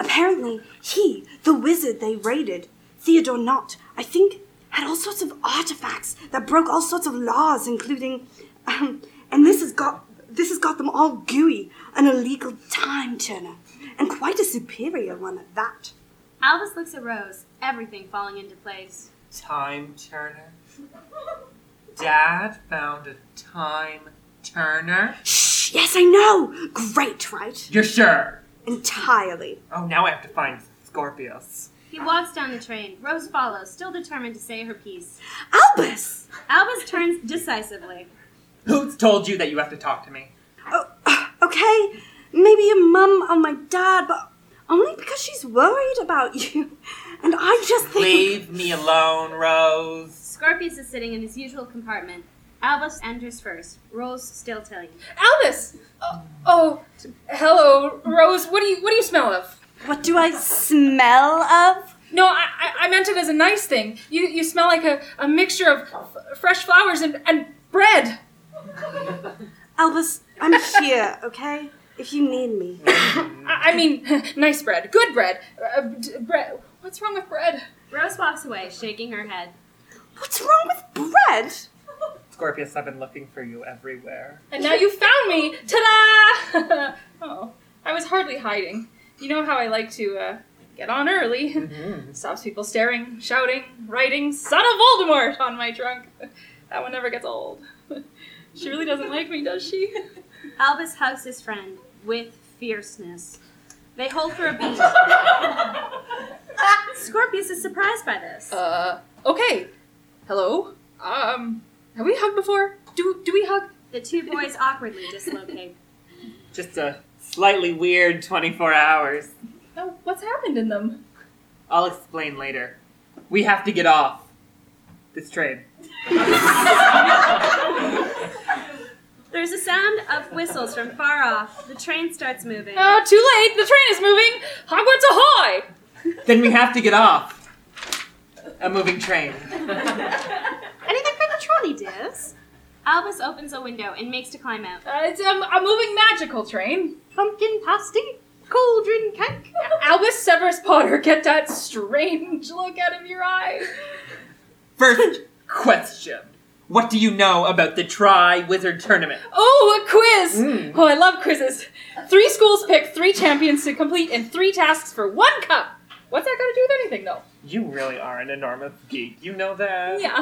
S9: Apparently, he, the wizard they raided, Theodore Knott, I think, had all sorts of artifacts that broke all sorts of laws, including, um, and this has got this has got them all gooey, an illegal time turner, and quite a superior one at that.
S2: Albus looks at Rose, everything falling into place.
S12: Time Turner. Dad found a time turner.
S9: Shh, yes, I know. Great, right?
S12: You're sure?
S9: Entirely.
S12: Oh, now I have to find Scorpius.
S2: He walks down the train. Rose follows, still determined to say her piece.
S9: Albus!
S2: Albus turns decisively.
S12: Who's told you that you have to talk to me?
S9: Okay, maybe your mum or my dad, but only because she's worried about you. And I just think.
S12: Leave me alone, Rose.
S2: Scorpius is sitting in his usual compartment. Albus enters first, Rose still telling.
S8: Albus! Oh, t- hello, Rose. What do you What do you smell of?
S9: What do I smell of?
S8: No, I, I, I meant it as a nice thing. You you smell like a, a mixture of f- fresh flowers and, and bread.
S9: Albus, I'm here, okay? If you need me.
S8: I, I mean, nice bread, good bread, uh, d- bread.
S2: What's wrong with bread? Rose walks away, shaking her head.
S4: What's wrong with bread?
S12: Scorpius, I've been looking for you everywhere.
S8: And now you found me! Ta-da! oh, I was hardly hiding. You know how I like to uh, get on early.
S2: Mm-hmm.
S8: Stops people staring, shouting, writing "Son of Voldemort" on my trunk. That one never gets old. she really doesn't like me, does she?
S2: Albus hugs his friend with fierceness. They hold for a beat. Ah, Scorpius is surprised by this.
S8: Uh, okay. Hello. Um, have we hugged before? Do do we hug?
S2: The two boys awkwardly dislocate.
S12: Just a slightly weird 24 hours.
S8: No, what's happened in them?
S12: I'll explain later. We have to get off this train.
S2: There's a sound of whistles from far off. The train starts moving.
S8: Uh, too late. The train is moving. Hogwarts ahoy!
S12: then we have to get off a moving train.
S2: Anything for the trolley, Diz? Albus opens a window and makes to climb out.
S8: Uh, it's um, a moving magical train.
S10: Pumpkin pasty, cauldron cake.
S8: Albus Severus Potter, get that strange look out of your eye.
S12: First question. What do you know about the Tri Wizard Tournament?
S8: Oh, a quiz!
S10: Hmm.
S8: Oh, I love quizzes. Three schools pick three champions to complete and three tasks for one cup. What's that got to do with anything, though?
S12: You really are an enormous geek. You know
S10: Uh,
S12: that.
S8: Yeah.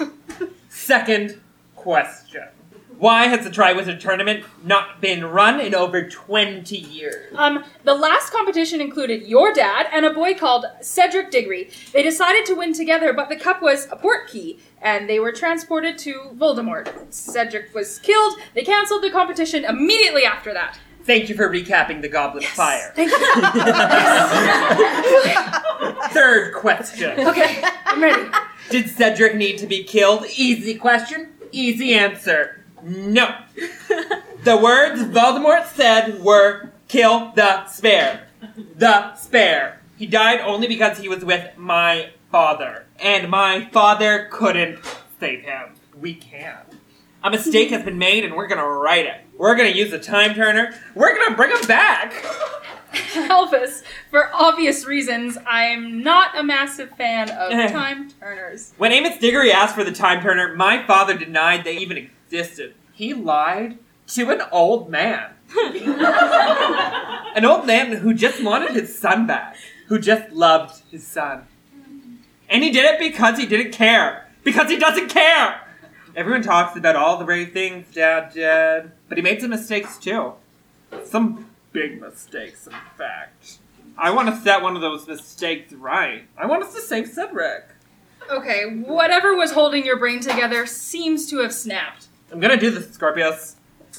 S8: uh-huh.
S12: Second question. Why has the Tri Wizard Tournament not been run in over 20 years?
S8: Um, the last competition included your dad and a boy called Cedric Diggory. They decided to win together, but the cup was a port key, and they were transported to Voldemort. Cedric was killed. They cancelled the competition immediately after that.
S12: Thank you for recapping the Goblet of Fire.
S8: Thank you.
S12: Third question.
S8: Okay, I'm ready.
S12: Did Cedric need to be killed? Easy question, easy answer. No. The words Voldemort said were kill the spare. The spare. He died only because he was with my father, and my father couldn't save him. We can. A mistake has been made, and we're gonna right it. We're gonna use the time turner. We're gonna bring him back.
S8: Elvis, for obvious reasons, I'm not a massive fan of
S12: Eh.
S8: time turners.
S12: When Amos Diggory asked for the time turner, my father denied they even existed. He lied to an old man. an old man who just wanted his son back, who just loved his son. And he did it because he didn't care. Because he doesn't care! Everyone talks about all the brave things Dad did, but he made some mistakes too. Some big mistakes, in fact. I want to set one of those mistakes right. I want us to save Cedric.
S8: Okay, whatever was holding your brain together seems to have snapped.
S12: I'm gonna do this, Scorpius.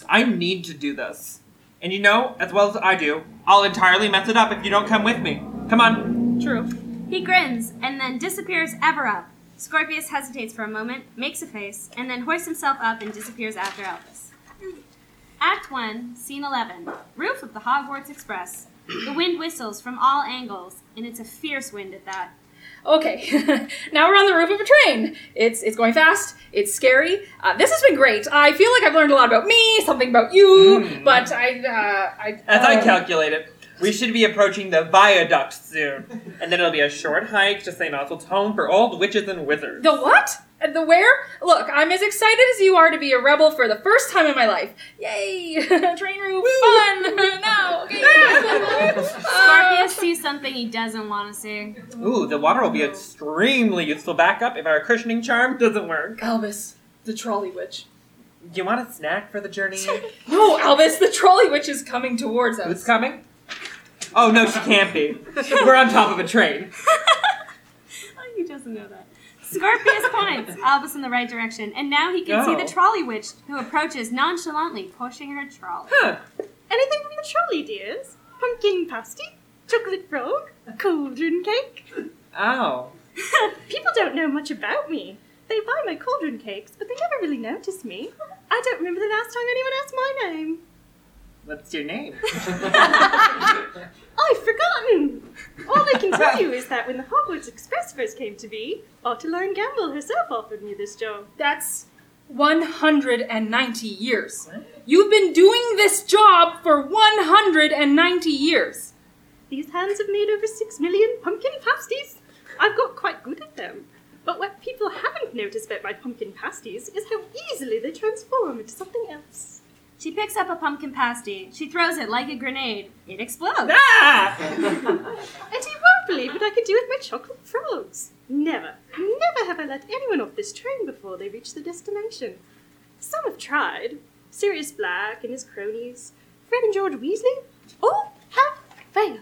S12: I need to do this. And you know, as well as I do, I'll entirely mess it up if you don't come with me. Come on.
S8: True.
S2: He grins and then disappears ever up. Scorpius hesitates for a moment, makes a face, and then hoists himself up and disappears after Elvis. Act 1, Scene 11. Roof of the Hogwarts Express. The wind whistles from all angles, and it's a fierce wind at that.
S8: Okay, now we're on the roof of a train. It's it's going fast. It's scary. Uh, this has been great. I feel like I've learned a lot about me, something about you. But I, uh, I
S12: Hmm. As I
S8: um,
S12: calculate it, we should be approaching the viaduct soon. And then it'll be a short hike to St. Oswald's home for old witches and wizards.
S8: The what? The where? Look, I'm as excited as you are to be a rebel for the first time in my life. Yay! Train roof, fun! Uh, no! Okay.
S2: Scorpius sees something he doesn't want to see.
S12: Ooh, the water will be extremely useful backup if our cushioning charm doesn't work.
S8: Albus, the trolley witch.
S12: Do you want a snack for the journey?
S8: No, Albus, the trolley witch is coming towards us.
S12: Who's coming? Oh no, she can't be. We're on top of a train.
S2: He doesn't know that. Scorpius points Albus in the right direction, and now he can see
S12: Oh.
S2: the trolley witch who approaches nonchalantly, pushing her trolley.
S12: Huh.
S10: Anything from the trolley, dears? Pumpkin pasty, chocolate frog, cauldron cake.
S12: Oh.
S10: People don't know much about me. They buy my cauldron cakes, but they never really notice me. I don't remember the last time anyone asked my name.
S12: What's your name?
S10: I've forgotten! All I can tell you is that when the Hogwarts Express first came to be, Otterline Gamble herself offered me this job.
S8: That's 190 years. You've been doing this job for 190 years.
S10: These hands have made over six million pumpkin pasties. I've got quite good at them. But what people haven't noticed about my pumpkin pasties is how easily they transform into something else.
S2: She picks up a pumpkin pasty. She throws it like a grenade. It explodes.
S12: Ah!
S10: And you won't believe what I could do with my chocolate frogs. Never, never have I let anyone off this train before they reach the destination. Some have tried. Sirius Black and his cronies, Fred and George Weasley, all have failed.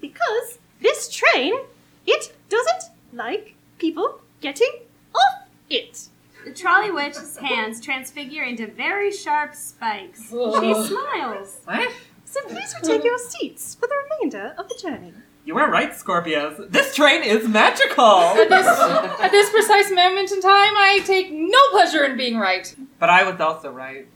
S10: Because this train, it doesn't like people getting off it.
S2: The trolley witch's hands transfigure into very sharp spikes. She
S10: Oh.
S2: smiles.
S10: So please retake your seats for the remainder of the journey.
S12: You are right, Scorpios. This train is magical.
S8: At this, at this precise moment in time, I take no pleasure in being right.
S12: But I was also right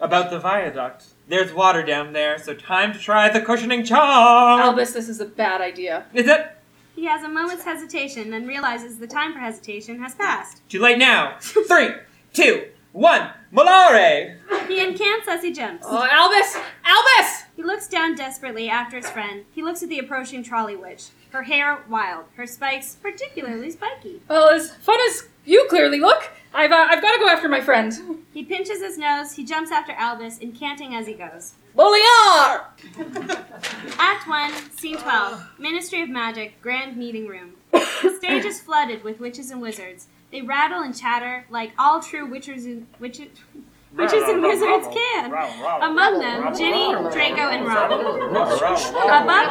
S12: about the viaduct. There's water down there, so time to try the cushioning charm.
S8: Albus, this is a bad idea.
S12: Is it
S2: He has a moment's hesitation, then realizes the time for hesitation has passed.
S12: too late now? Three, two, one, Molare!
S2: He incants as he jumps.
S8: Oh, Albus! Albus!
S2: He looks down desperately after his friend. He looks at the approaching trolley witch. Her hair wild, her spikes particularly spiky.
S8: Well, as fun as you clearly look, I've, uh, I've got to go after my friend.
S2: He pinches his nose. He jumps after Albus, incanting as he goes.
S8: Moliar!
S2: Act 1, Scene 12. Ministry of Magic, Grand Meeting Room. The stage is flooded with witches and wizards. They rattle and chatter like all true witchers and witches. Witches and wizards can. Among them, Ginny, Draco, and Ron. Above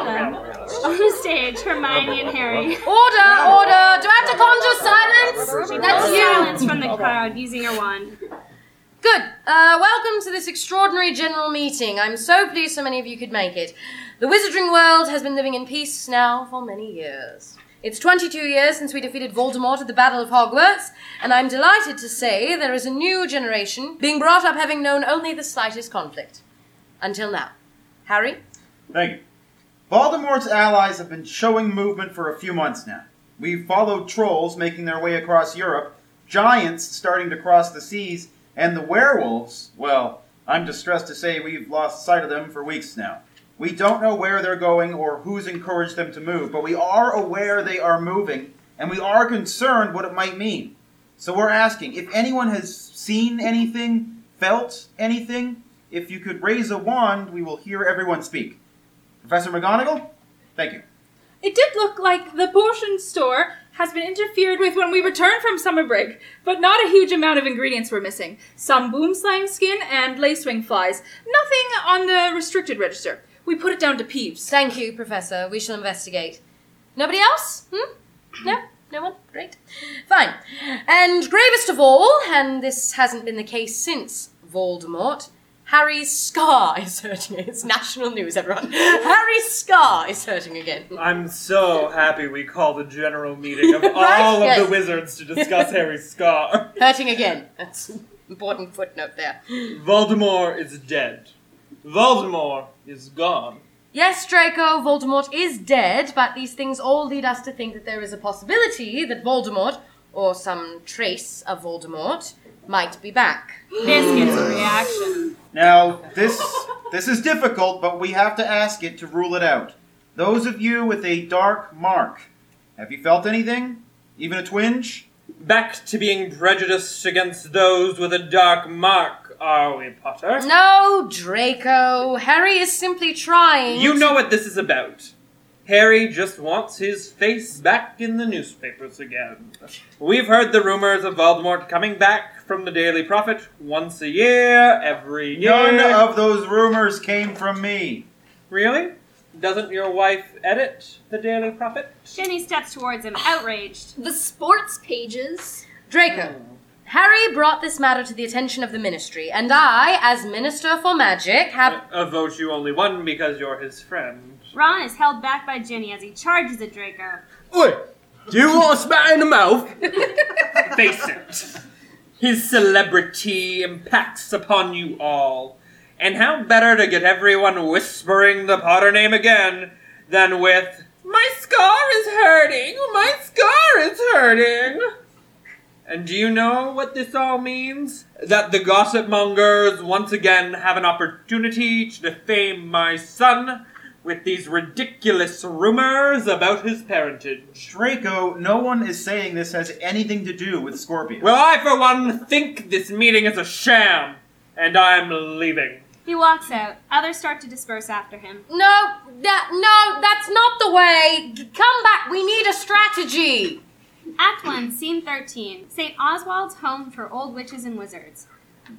S2: them, on the stage, Hermione and Harry.
S5: Order, order! Do I have to conjure silence?
S2: She
S5: That's
S2: calls
S5: you.
S2: silence from the crowd using her wand.
S5: Good. Uh, welcome to this extraordinary general meeting. I'm so pleased so many of you could make it. The wizarding world has been living in peace now for many years. It's 22 years since we defeated Voldemort at the Battle of Hogwarts, and I'm delighted to say there is a new generation being brought up having known only the slightest conflict. Until now. Harry?
S3: Thank you. Voldemort's allies have been showing movement for a few months now. We've followed trolls making their way across Europe, giants starting to cross the seas, and the werewolves, well, I'm distressed to say we've lost sight of them for weeks now. We don't know where they're going or who's encouraged them to move, but we are aware they are moving, and we are concerned what it might mean. So we're asking if anyone has seen anything, felt anything, if you could raise a wand, we will hear everyone speak. Professor McGonagall, thank you.
S8: It did look like the portion store has been interfered with when we returned from summer break, but not a huge amount of ingredients were missing. Some boom slime skin and lacewing flies. Nothing on the restricted register. We put it down to Peeves.
S5: Thank you, Professor. We shall investigate. Nobody else? Hmm? No? No one? Great. Fine. And gravest of all, and this hasn't been the case since Voldemort, Harry's scar is hurting. It's national news, everyone. Harry's scar is hurting again.
S12: I'm so happy we called a general meeting of
S5: Right?
S12: all of
S5: Yes.
S12: the wizards to discuss Harry's scar.
S5: Hurting again. That's an important footnote there.
S12: Voldemort is dead. Voldemort is gone.
S5: Yes, Draco, Voldemort is dead, but these things all lead us to think that there is a possibility that Voldemort, or some trace of Voldemort, might be back.
S2: This gets a reaction.
S3: Now, this this is difficult, but we have to ask it to rule it out. Those of you with a dark mark, have you felt anything? Even a twinge?
S12: Back to being prejudiced against those with a dark mark, are we, Potter?
S5: No, Draco. Harry is simply trying.
S12: You know what this is about. Harry just wants his face back in the newspapers again. We've heard the rumors of Voldemort coming back from the Daily Prophet once a year, every year.
S3: None of those rumors came from me.
S12: Really? Doesn't your wife edit the Daily Prophet?
S2: Jenny steps towards him, outraged.
S6: The sports pages.
S5: Draco. Harry brought this matter to the attention of the ministry, and I, as Minister for Magic, have.
S12: A vote you only won because you're his friend.
S2: Ron is held back by Ginny as he charges at Draco.
S12: Oi! Do you want spat in the mouth? Face it. His celebrity impacts upon you all. And how better to get everyone whispering the Potter name again than with, My scar is hurting! My scar is hurting! And do you know what this all means? That the gossip mongers once again have an opportunity to defame my son with these ridiculous rumors about his parentage.
S3: Draco, no one is saying this has anything to do with Scorpion.
S12: Well, I, for one, think this meeting is a sham, and I'm leaving.
S2: He walks out. Others start to disperse after him.
S5: No, that, no, that's not the way. Come back. We need a strategy.
S2: Act 1, Scene 13. St. Oswald's home for old witches and wizards.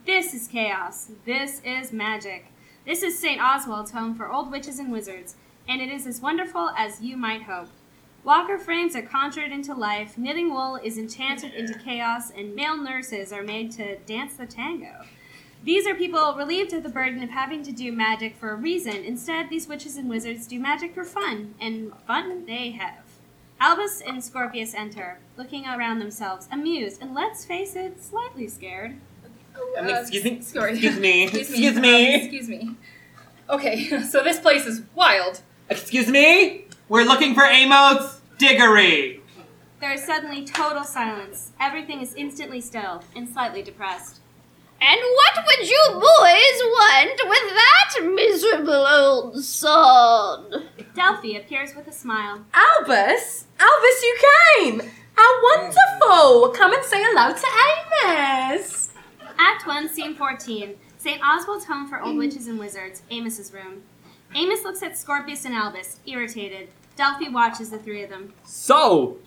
S2: This is chaos. This is magic. This is St. Oswald's home for old witches and wizards, and it is as wonderful as you might hope. Walker frames are conjured into life, knitting wool is enchanted into chaos, and male nurses are made to dance the tango. These are people relieved of the burden of having to do magic for a reason. Instead, these witches and wizards do magic for fun, and fun they have. Albus and Scorpius enter, looking around themselves, amused, and let's face it, slightly scared.
S12: Um, excuse me.
S8: Sorry.
S12: Excuse me.
S8: excuse me.
S12: Excuse
S8: um,
S12: me.
S8: excuse me. Okay, so this place is wild.
S12: Excuse me? We're looking for Amos Diggory.
S2: There is suddenly total silence. Everything is instantly still and slightly depressed.
S6: And what would you boys want with that miserable old sod?
S2: Delphi appears with a smile.
S17: Albus? Albus, you came! How wonderful! Come and say hello to Amos!
S2: Act 1, Scene 14. St. Oswald's home for old witches and wizards, Amos's room. Amos looks at Scorpius and Albus, irritated. Delphi watches the three of them.
S11: So,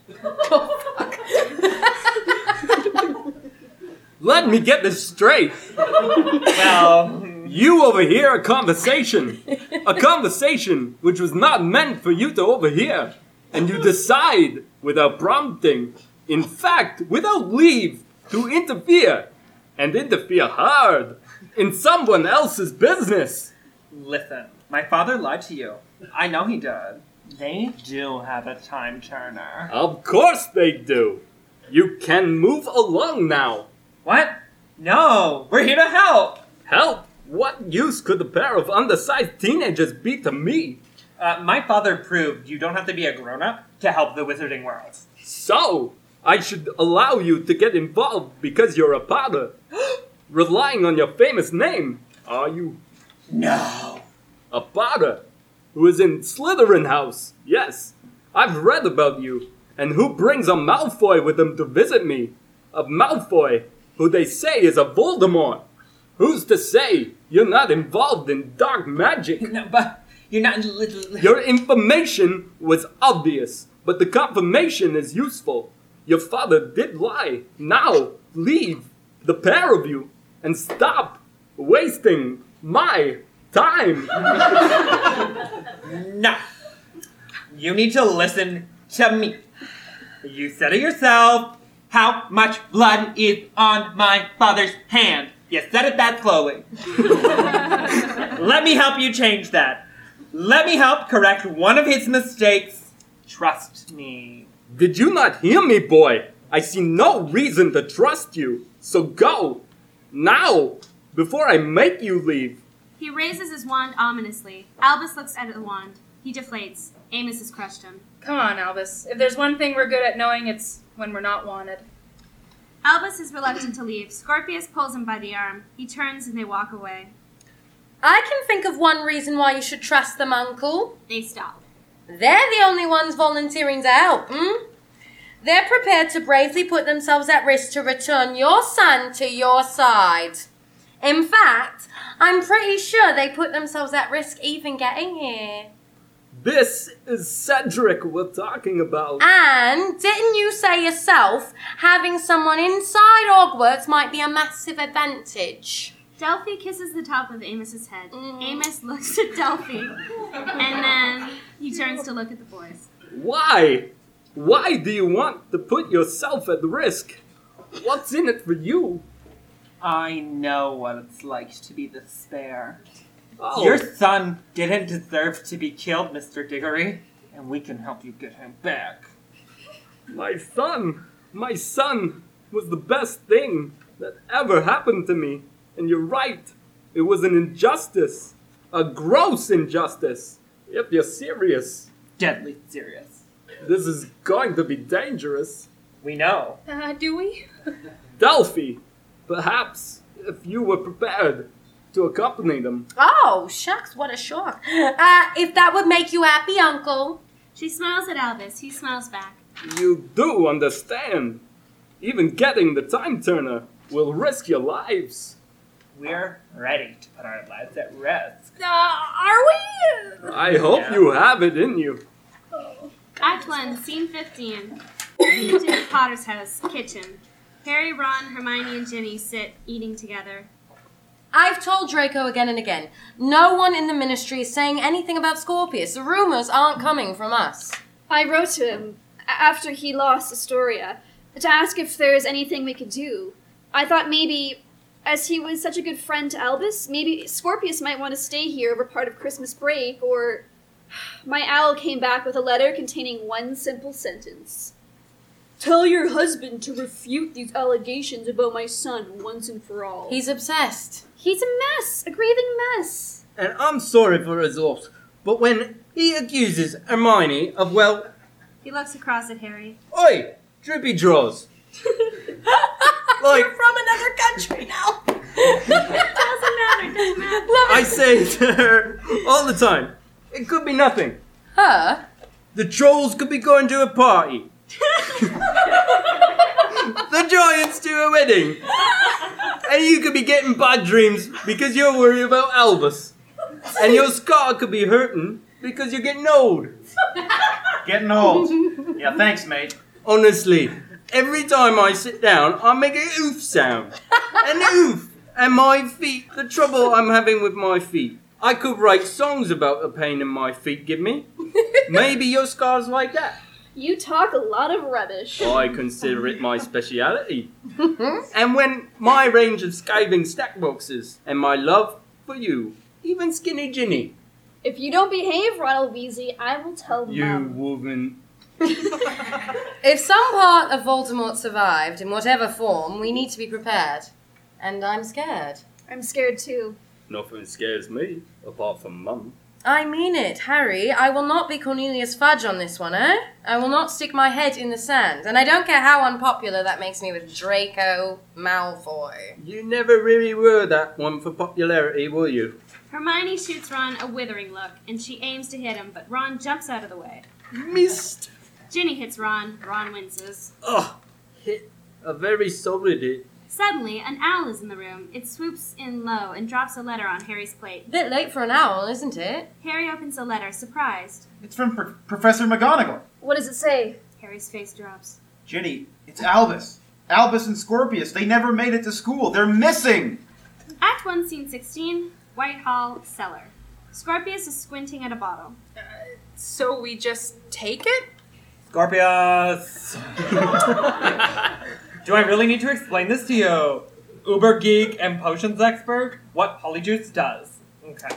S11: let me get this straight.
S12: Well,
S11: you overhear a conversation, a conversation which was not meant for you to overhear, and you decide without prompting, in fact, without leave, to interfere, and interfere hard in someone else's business.
S12: Listen, my father lied to you. I know he did. They do have a time turner.
S11: Of course they do. You can move along now.
S12: What? No, we're here to help.
S11: Help? What use could a pair of undersized teenagers be to me?
S12: Uh, my father proved you don't have to be a grown up to help the wizarding world.
S11: So, I should allow you to get involved because you're a potter, relying on your famous name, are you?
S12: No.
S11: A potter who is in Slytherin House, yes. I've read about you, and who brings a Malfoy with him to visit me. A Malfoy who they say is a Voldemort. Who's to say you're not involved in dark magic?
S12: No, but you're not. Your
S11: Your information was obvious, but the confirmation is useful. Your father did lie. Now, leave the pair of you and stop wasting my time.
S12: No. You need to listen to me. You said it yourself. How much blood is on my father's hand? You said it that slowly. Let me help you change that. Let me help correct one of his mistakes. Trust me.
S11: Did you not hear me, boy? I see no reason to trust you. So go. Now, before I make you leave.
S2: He raises his wand ominously. Albus looks at the wand. He deflates. Amos has crushed him.
S8: Come on, Albus. If there's one thing we're good at knowing, it's when we're not wanted.
S2: Albus is reluctant to leave. Scorpius pulls him by the arm. He turns and they walk away.
S5: I can think of one reason why you should trust them, Uncle.
S2: They stop.
S5: They're the only ones volunteering to help, hmm? They're prepared to bravely put themselves at risk to return your son to your side. In fact, I'm pretty sure they put themselves at risk even getting here.
S11: This is Cedric we're talking about.
S5: And didn't you say yourself having someone inside Hogwarts might be a massive advantage?
S2: Delphi kisses the top of Amos's head.
S8: Mm.
S2: Amos looks at Delphi, and then he turns to look at the boys.
S11: Why? Why do you want to put yourself at risk? What's in it for you?
S12: I know what it's like to be the spare.
S11: Oh.
S12: Your son didn't deserve to be killed, Mr. Diggory, and we can help you get him back.
S11: My son, my son was the best thing that ever happened to me. And you're right, it was an injustice, a gross injustice. If you're serious,
S12: deadly serious.
S11: This is going to be dangerous.
S12: We know.
S8: Uh, do we?
S11: Delphi, perhaps if you were prepared,
S18: to accompany them.
S10: Oh, shucks, what a shock. Uh, if that would make you happy, Uncle.
S2: She smiles at Albus. He smiles back.
S18: You do understand. Even getting the time turner will risk your lives.
S12: We're ready to put our lives at rest.
S8: Uh, are we?
S18: I hope you have it in you.
S2: Act 1, Scene 15. Lead to the Potter's house, kitchen. Harry, Ron, Hermione, and Ginny sit eating together.
S5: I've told Draco again and again. No one in the ministry is saying anything about Scorpius. The rumors aren't coming from us.
S6: I wrote to him a- after he lost Astoria to ask if there is anything we could do. I thought maybe, as he was such a good friend to Albus, maybe Scorpius might want to stay here over part of Christmas break, or. My owl came back with a letter containing one simple sentence Tell your husband to refute these allegations about my son once and for all.
S5: He's obsessed.
S6: He's a mess, a grieving mess.
S11: And I'm sorry for his loss, but when he accuses Hermione of, well,
S2: He looks across at Harry.
S11: oi, droopy draws. like,
S10: From another country now.
S11: I say to her all the time, it could be nothing.
S5: Her?
S11: The trolls could be going to a party. the giants to a wedding. And you could be getting bad dreams because you're worried about Albus. And your scar could be hurting because you're getting old.
S3: Getting old. Yeah, thanks, mate.
S11: Honestly, every time I sit down, I make an oof sound. An oof! And my feet, the trouble I'm having with my feet. I could write songs about the pain in my feet give me. Maybe your scar's like that.
S6: You talk a lot of rubbish.
S11: Oh, I consider it my speciality. And when my range of scathing stack boxes and my love for you, even Skinny Ginny,
S6: if you don't behave, Ronald Weasley, I will tell
S11: you woman.
S5: If some part of Voldemort survived, in whatever form, we need to be prepared. And I'm scared.
S6: I'm scared too.
S18: Nothing scares me apart from mum.
S5: I mean it, Harry. I will not be Cornelius Fudge on this one, eh? I will not stick my head in the sand. And I don't care how unpopular that makes me with Draco Malfoy.
S11: You never really were that one for popularity, were you?
S2: Hermione shoots Ron a withering look, and she aims to hit him, but Ron jumps out of the way.
S11: Missed!
S2: Ginny hits Ron. Ron winces.
S18: Ah!
S11: Ugh, hit a very solid hit.
S2: Suddenly, an owl is in the room. It swoops in low and drops a letter on Harry's plate.
S5: Bit late for an owl, isn't it?
S2: Harry opens the letter, surprised.
S3: It's from Pro- Professor McGonagall.
S6: What does it say?
S2: Harry's face drops.
S3: Ginny, it's Albus. Albus and Scorpius, they never made it to school. They're missing.
S2: Act 1, Scene 16 Whitehall Cellar. Scorpius is squinting at a bottle.
S8: Uh, So we just take it?
S12: Scorpius! Do I really need to explain this to you? Uber geek and potions expert, what Polyjuice does. Okay.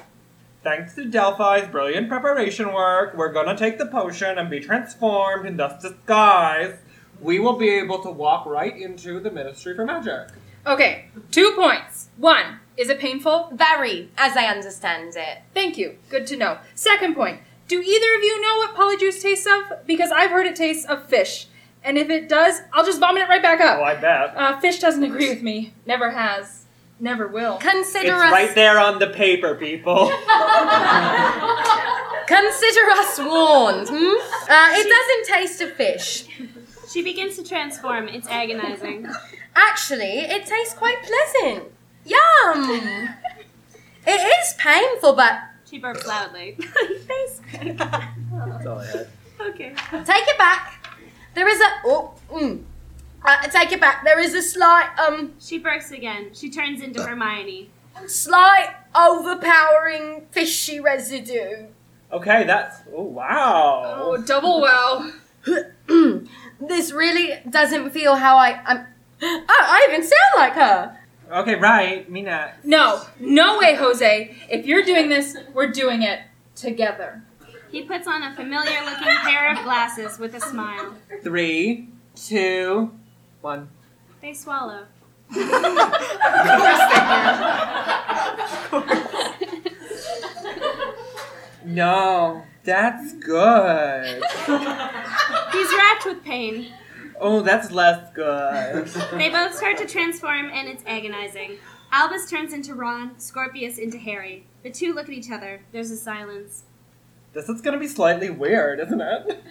S12: Thanks to Delphi's brilliant preparation work, we're gonna take the potion and be transformed in thus disguised. We will be able to walk right into the Ministry for Magic.
S8: Okay, two points. One, is it painful?
S5: Very, as I understand it.
S8: Thank you. Good to know. Second point, do either of you know what polyjuice tastes of? Because I've heard it tastes of fish. And if it does, I'll just vomit it right back up.
S12: Oh, I bet.
S8: Uh, fish doesn't agree with me. Never has. Never will.
S5: Consider
S12: it's right there on the paper, people.
S5: Consider us warned. Hmm? Uh, it doesn't taste of fish.
S2: She begins to transform. It's agonizing.
S5: Actually, it tastes quite pleasant. Yum! it is painful, but
S2: She burps loudly. okay.
S5: Take it back. There is a oh, mm. uh, take it back. There is a slight um.
S2: She bursts again. She turns into Hermione.
S5: Slight overpowering fishy residue.
S12: okay, that's. Oh, wow.
S8: Oh, double wow.
S5: this really doesn't feel how I. I'm, oh, I even sound like her.
S12: Okay, right, Mina.
S8: No, no way, Jose. If you're doing this, we're doing it together.
S2: He puts on a familiar looking pair of glasses with a smile.
S12: Three, two, one.
S2: They swallow.
S12: No, that's good.
S2: He's racked with pain.
S12: Oh, that's less good.
S2: They both start to transform and it's agonizing. Albus turns into Ron, Scorpius into Harry. The two look at each other. There's a silence.
S12: This is gonna be slightly weird, isn't it?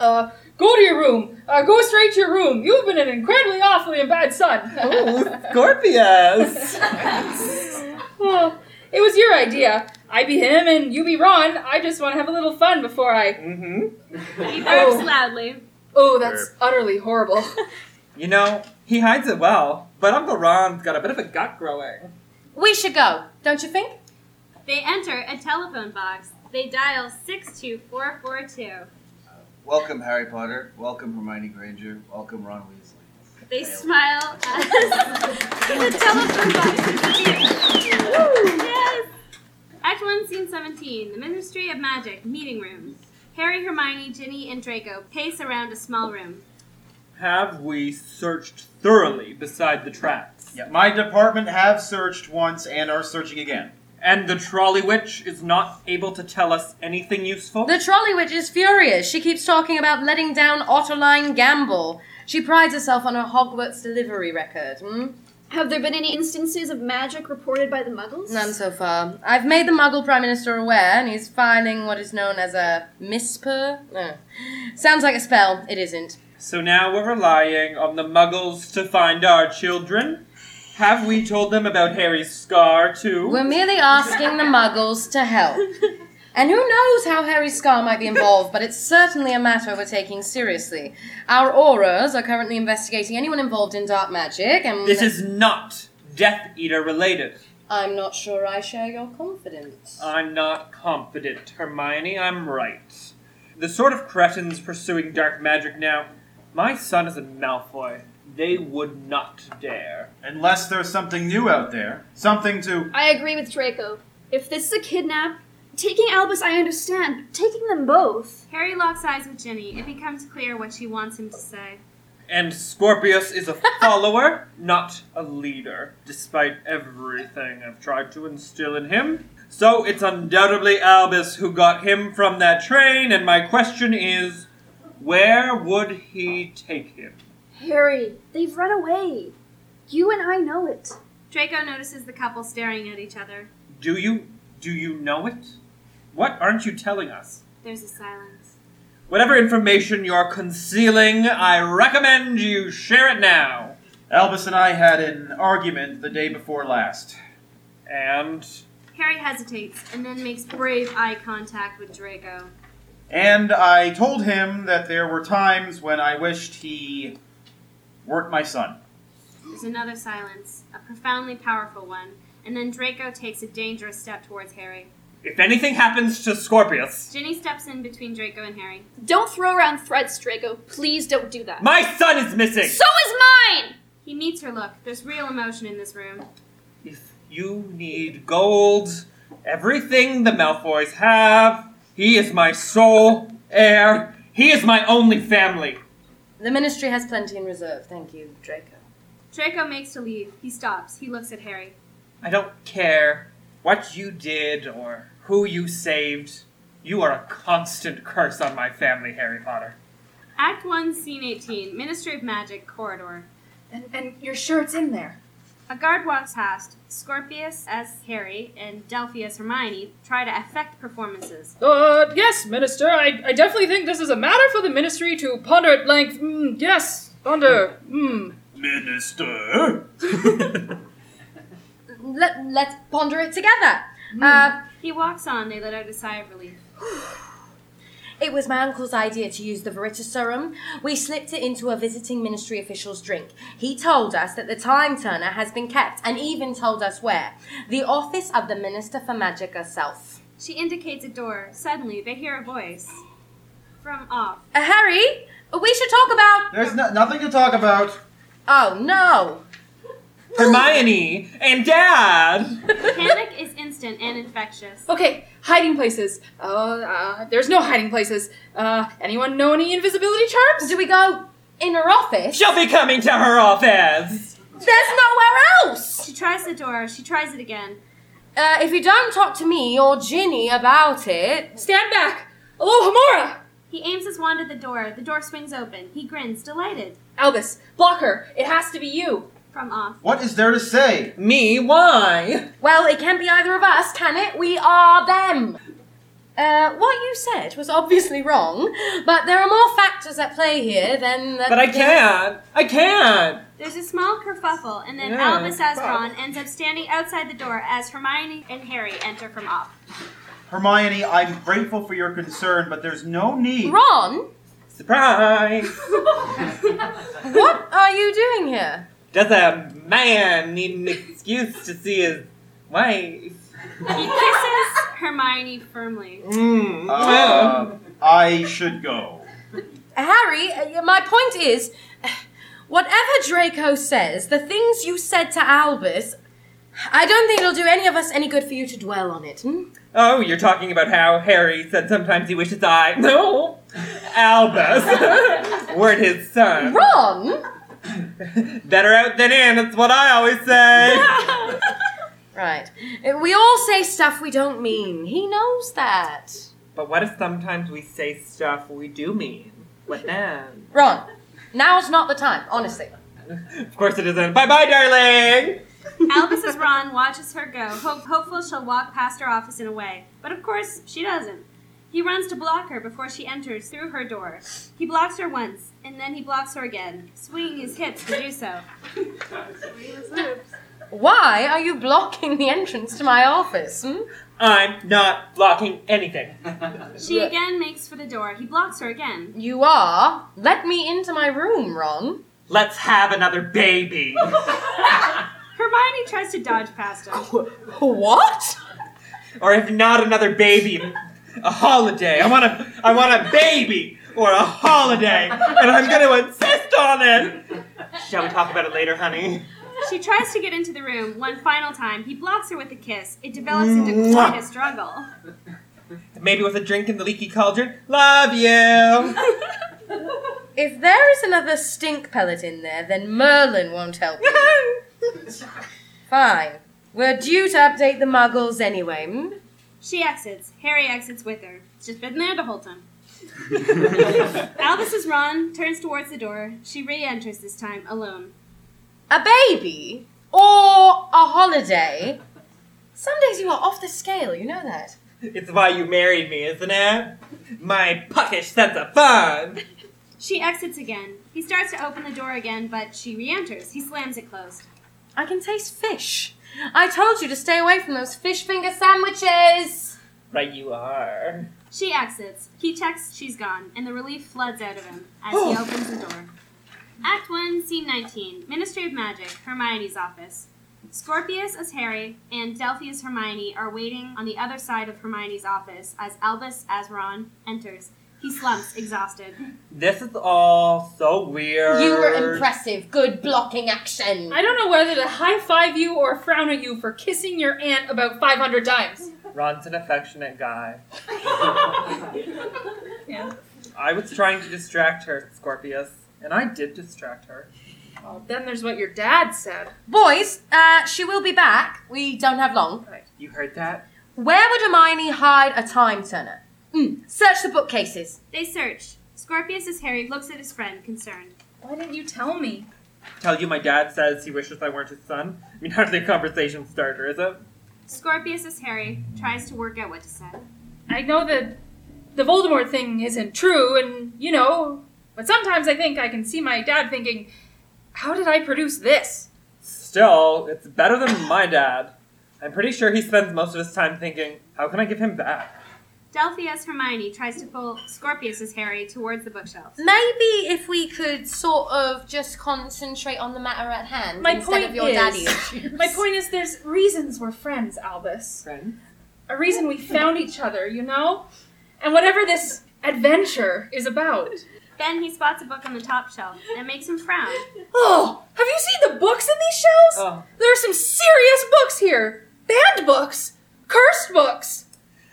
S8: Uh, go to your room. Uh, go straight to your room. You've been an incredibly awfully and bad son.
S12: Ooh, Scorpius!
S8: well, it was your idea. I be him and you be Ron. I just want to have a little fun before I. Mm-hmm.
S2: He burps loudly.
S8: Oh, that's utterly horrible.
S12: You know, he hides it well, but Uncle Ron's got a bit of a gut growing.
S5: We should go, don't you think?
S2: They enter a telephone box. They dial 62442.
S19: Welcome, Harry Potter. Welcome, Hermione Granger. Welcome, Ron Weasley.
S2: They smile as the telephone box disappears. Yes! Act 1, Scene 17 The Ministry of Magic, Meeting Room. Harry, Hermione, Ginny, and Draco pace around a small room.
S12: Have we searched thoroughly beside the tracks?
S3: Yeah, my department have searched once and are searching again.
S12: And the trolley witch is not able to tell us anything useful?
S5: The trolley witch is furious. She keeps talking about letting down Otterline Gamble. She prides herself on her Hogwarts delivery record. Hmm?
S6: Have there been any instances of magic reported by the muggles?
S5: None so far. I've made the Muggle Prime Minister aware, and he's filing what is known as a misper. No. Sounds like a spell. It isn't.
S12: So now we're relying on the muggles to find our children? Have we told them about Harry's scar, too?
S5: We're merely asking the muggles to help. And who knows how Harry's scar might be involved, but it's certainly a matter we're taking seriously. Our auras are currently investigating anyone involved in dark magic, and.
S12: This is not Death Eater related.
S5: I'm not sure I share your confidence.
S12: I'm not confident, Hermione, I'm right. The sort of cretins pursuing dark magic now. My son is a Malfoy. They would not dare.
S3: Unless there's something new out there. Something to.
S6: I agree with Draco. If this is a kidnap, taking Albus I understand, but taking them both.
S2: Harry locks eyes with Ginny. It becomes clear what she wants him to say.
S12: And Scorpius is a follower, not a leader, despite everything I've tried to instill in him. So it's undoubtedly Albus who got him from that train, and my question is where would he take him?
S6: Harry, they've run away. You and I know it.
S2: Draco notices the couple staring at each other.
S12: Do you do you know it? What aren't you telling us?
S2: There's a silence.
S12: Whatever information you're concealing, I recommend you share it now.
S3: Albus and I had an argument the day before last.
S12: And
S2: Harry hesitates and then makes brave eye contact with Draco.
S3: And I told him that there were times when I wished he weren't my son.
S2: There's another silence, a profoundly powerful one, and then Draco takes a dangerous step towards Harry.
S12: If anything happens to Scorpius,
S2: Ginny steps in between Draco and Harry.
S6: Don't throw around threats, Draco. Please don't do that.
S12: my son is missing!
S6: So is mine!
S2: He meets her look. There's real emotion in this room.
S12: if you need gold, everything the Malfoys have, he is my sole heir, he is my only family.
S5: The ministry has plenty in reserve, thank you, Draco.
S2: Draco makes to leave. He stops. He looks at Harry.
S12: I don't care what you did or who you saved. You are a constant curse on my family, Harry Potter.
S2: Act 1, Scene 18 Ministry of Magic Corridor.
S8: And, and you're sure it's in there?
S2: A guard walks past. Scorpius as Harry and Delphi as Hermione try to affect performances.
S8: Uh, yes, Minister. I, I definitely think this is a matter for the Ministry to ponder at length. Mm, yes, ponder. Mm.
S19: Minister?
S5: Let, let's ponder it together. Uh,
S2: Hmm. He walks on. They let out a sigh of relief.
S5: It was my uncle's idea to use the veritaserum. We slipped it into a visiting ministry official's drink. He told us that the time turner has been kept and even told us where. The office of the Minister for Magic herself.
S2: She indicates a door. Suddenly, they hear a voice. From off.
S5: Uh, Harry, we should talk about.
S3: There's no- nothing to talk about.
S5: Oh no!
S12: Hermione and Dad!
S2: Panic is instant and infectious.
S8: Okay, hiding places. Uh, uh, there's no hiding places. Uh, anyone know any invisibility charms?
S5: Do we go in her office?
S12: She'll be coming to her office!
S5: There's nowhere else!
S2: She tries the door. She tries it again.
S5: Uh, if you don't talk to me or Ginny about it.
S8: Stand back! Alohomora!
S2: He aims his wand at the door. The door swings open. He grins, delighted.
S8: Albus, block her. It has to be you.
S2: from off.
S3: What is there to say?
S12: Me? Why?
S5: Well, it can't be either of us, can it? We are them. Uh, what you said was obviously wrong, but there are more factors at play here than. that-
S12: But I can't. I can't.
S2: There's a small kerfuffle, and then
S12: Yeah,
S2: Albus as
S12: fuck.
S2: Ron ends up standing outside the door as Hermione and Harry enter from off.
S3: Hermione, I'm grateful for your concern, but there's no need.
S5: Ron,
S12: Surprise!
S5: what are you doing here?
S12: Does a man need an excuse to see his wife?
S2: He kisses Hermione firmly.
S12: Mm.
S3: Uh, I should go.
S5: Harry, uh, my point is, whatever Draco says, the things you said to Albus, I don't think it'll do any of us any good for you to dwell on it. Hmm?
S12: Oh, you're talking about how Harry said sometimes he wishes I. No! Albus weren't his son.
S5: Ron!
S12: Better out than in, that's what I always say.
S5: Right. Uh, We all say stuff we don't mean. He knows that.
S12: but what if sometimes we say stuff we do mean? What then?
S5: Ron, now's not the time, honestly.
S12: Of course it isn't. Bye bye, darling!
S2: Albus's Ron watches her go, ho- hopeful she'll walk past her office and away. But of course, she doesn't. He runs to block her before she enters through her door. He blocks her once, and then he blocks her again, swinging his hips to do so.
S5: Why are you blocking the entrance to my office? Hmm?
S12: I'm not blocking anything.
S2: She again makes for the door. He blocks her again.
S5: You are? Let me into my room, Ron.
S12: Let's have another baby.
S2: Hermione tries to dodge past him.
S5: What?
S12: or if not another baby, a holiday. I want a, I want a baby or a holiday, and I'm going to insist on it. Shall we talk about it later, honey?
S2: She tries to get into the room one final time. He blocks her with a kiss. It develops into
S12: Mwah.
S2: quite a struggle.
S12: Maybe with a drink in the leaky cauldron. Love you.
S5: If there is another stink pellet in there, then Merlin won't help you. Fine. We're due to update the muggles anyway. hmm?
S2: She exits. Harry exits with her. It's just been there the whole time. Albus's Ron turns towards the door. She re-enters this time alone.
S5: A baby or a holiday. Some days you are off the scale, you know that.
S12: It's why you married me, isn't it? My puckish sense of fun.
S2: She exits again. He starts to open the door again, but she re-enters. He slams it closed.
S5: I can taste fish. I told you to stay away from those fish finger sandwiches.
S12: Right, you are.
S2: She exits. He checks she's gone, and the relief floods out of him as he
S12: Oh.
S2: opens the door. Act 1, Scene 19 Ministry of Magic, Hermione's office. Scorpius as Harry and Delphi as Hermione are waiting on the other side of Hermione's office as Albus as Ron enters. He slumps, exhausted.
S12: This is all so weird.
S5: You were impressive. Good blocking action.
S8: I don't know whether to high five you or frown at you for kissing your aunt about 500 times.
S12: Ron's an affectionate guy.
S8: Yeah.
S12: I was trying to distract her, Scorpius, and I did distract her.
S8: Oh, then there's what your dad said.
S5: Boys, uh, she will be back. We don't have long.
S12: You heard that?
S5: Where would Hermione hide a time turner?
S6: Hmm.
S5: Mm, search the bookcases.
S2: They search. Scorpius as Harry looks at his friend, concerned.
S8: Why didn't you tell me?
S12: Tell you my dad says he wishes I weren't his son. I mean, hardly a conversation starter, is it?
S2: Scorpius as Harry tries to work out what to say.
S8: I know that the Voldemort thing isn't true, and you know, but sometimes I think I can see my dad thinking, how did I produce this?
S12: Still, it's better than my dad. I'm pretty sure he spends most of his time thinking, how can I give him back?
S2: Delphi as Hermione tries to pull Scorpius as Harry towards the bookshelves.
S5: Maybe if we could sort of just concentrate on the matter at hand
S8: My
S5: instead
S8: point
S5: of your
S8: is,
S5: daddy issues.
S8: My point is, there's reasons we're friends, Albus.
S12: Friends?
S8: A reason we found each other, you know? And whatever this adventure is about.
S2: Then he spots a book on the top shelf that makes him frown.
S8: Oh, have you seen the books in these shelves?
S12: Oh.
S8: There are some serious books here banned books, cursed books.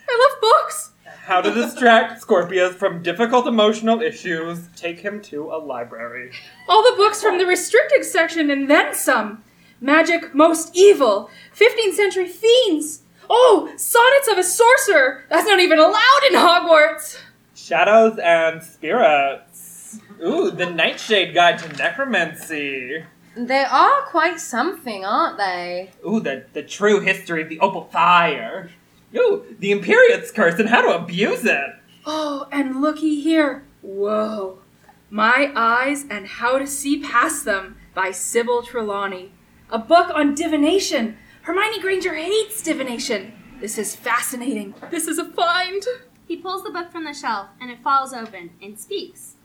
S8: I love books.
S12: How to distract Scorpius from difficult emotional issues. Take him to a library.
S8: All the books from the restricted section and then some. Magic Most Evil. 15th Century Fiends. Oh, Sonnets of a Sorcerer. That's not even allowed in Hogwarts.
S12: Shadows and spirits. Ooh, the Nightshade Guide to Necromancy.
S5: They are quite something, aren't they?
S12: Ooh, the, the true history of the Opal Fire. Ooh, the Imperius curse and how to abuse it.
S8: Oh, and looky here. Whoa. My Eyes and How to See Past Them by Sybil Trelawney. A book on divination. Hermione Granger hates divination. This is fascinating. This is a find.
S2: He pulls the book from the shelf and it falls open and speaks.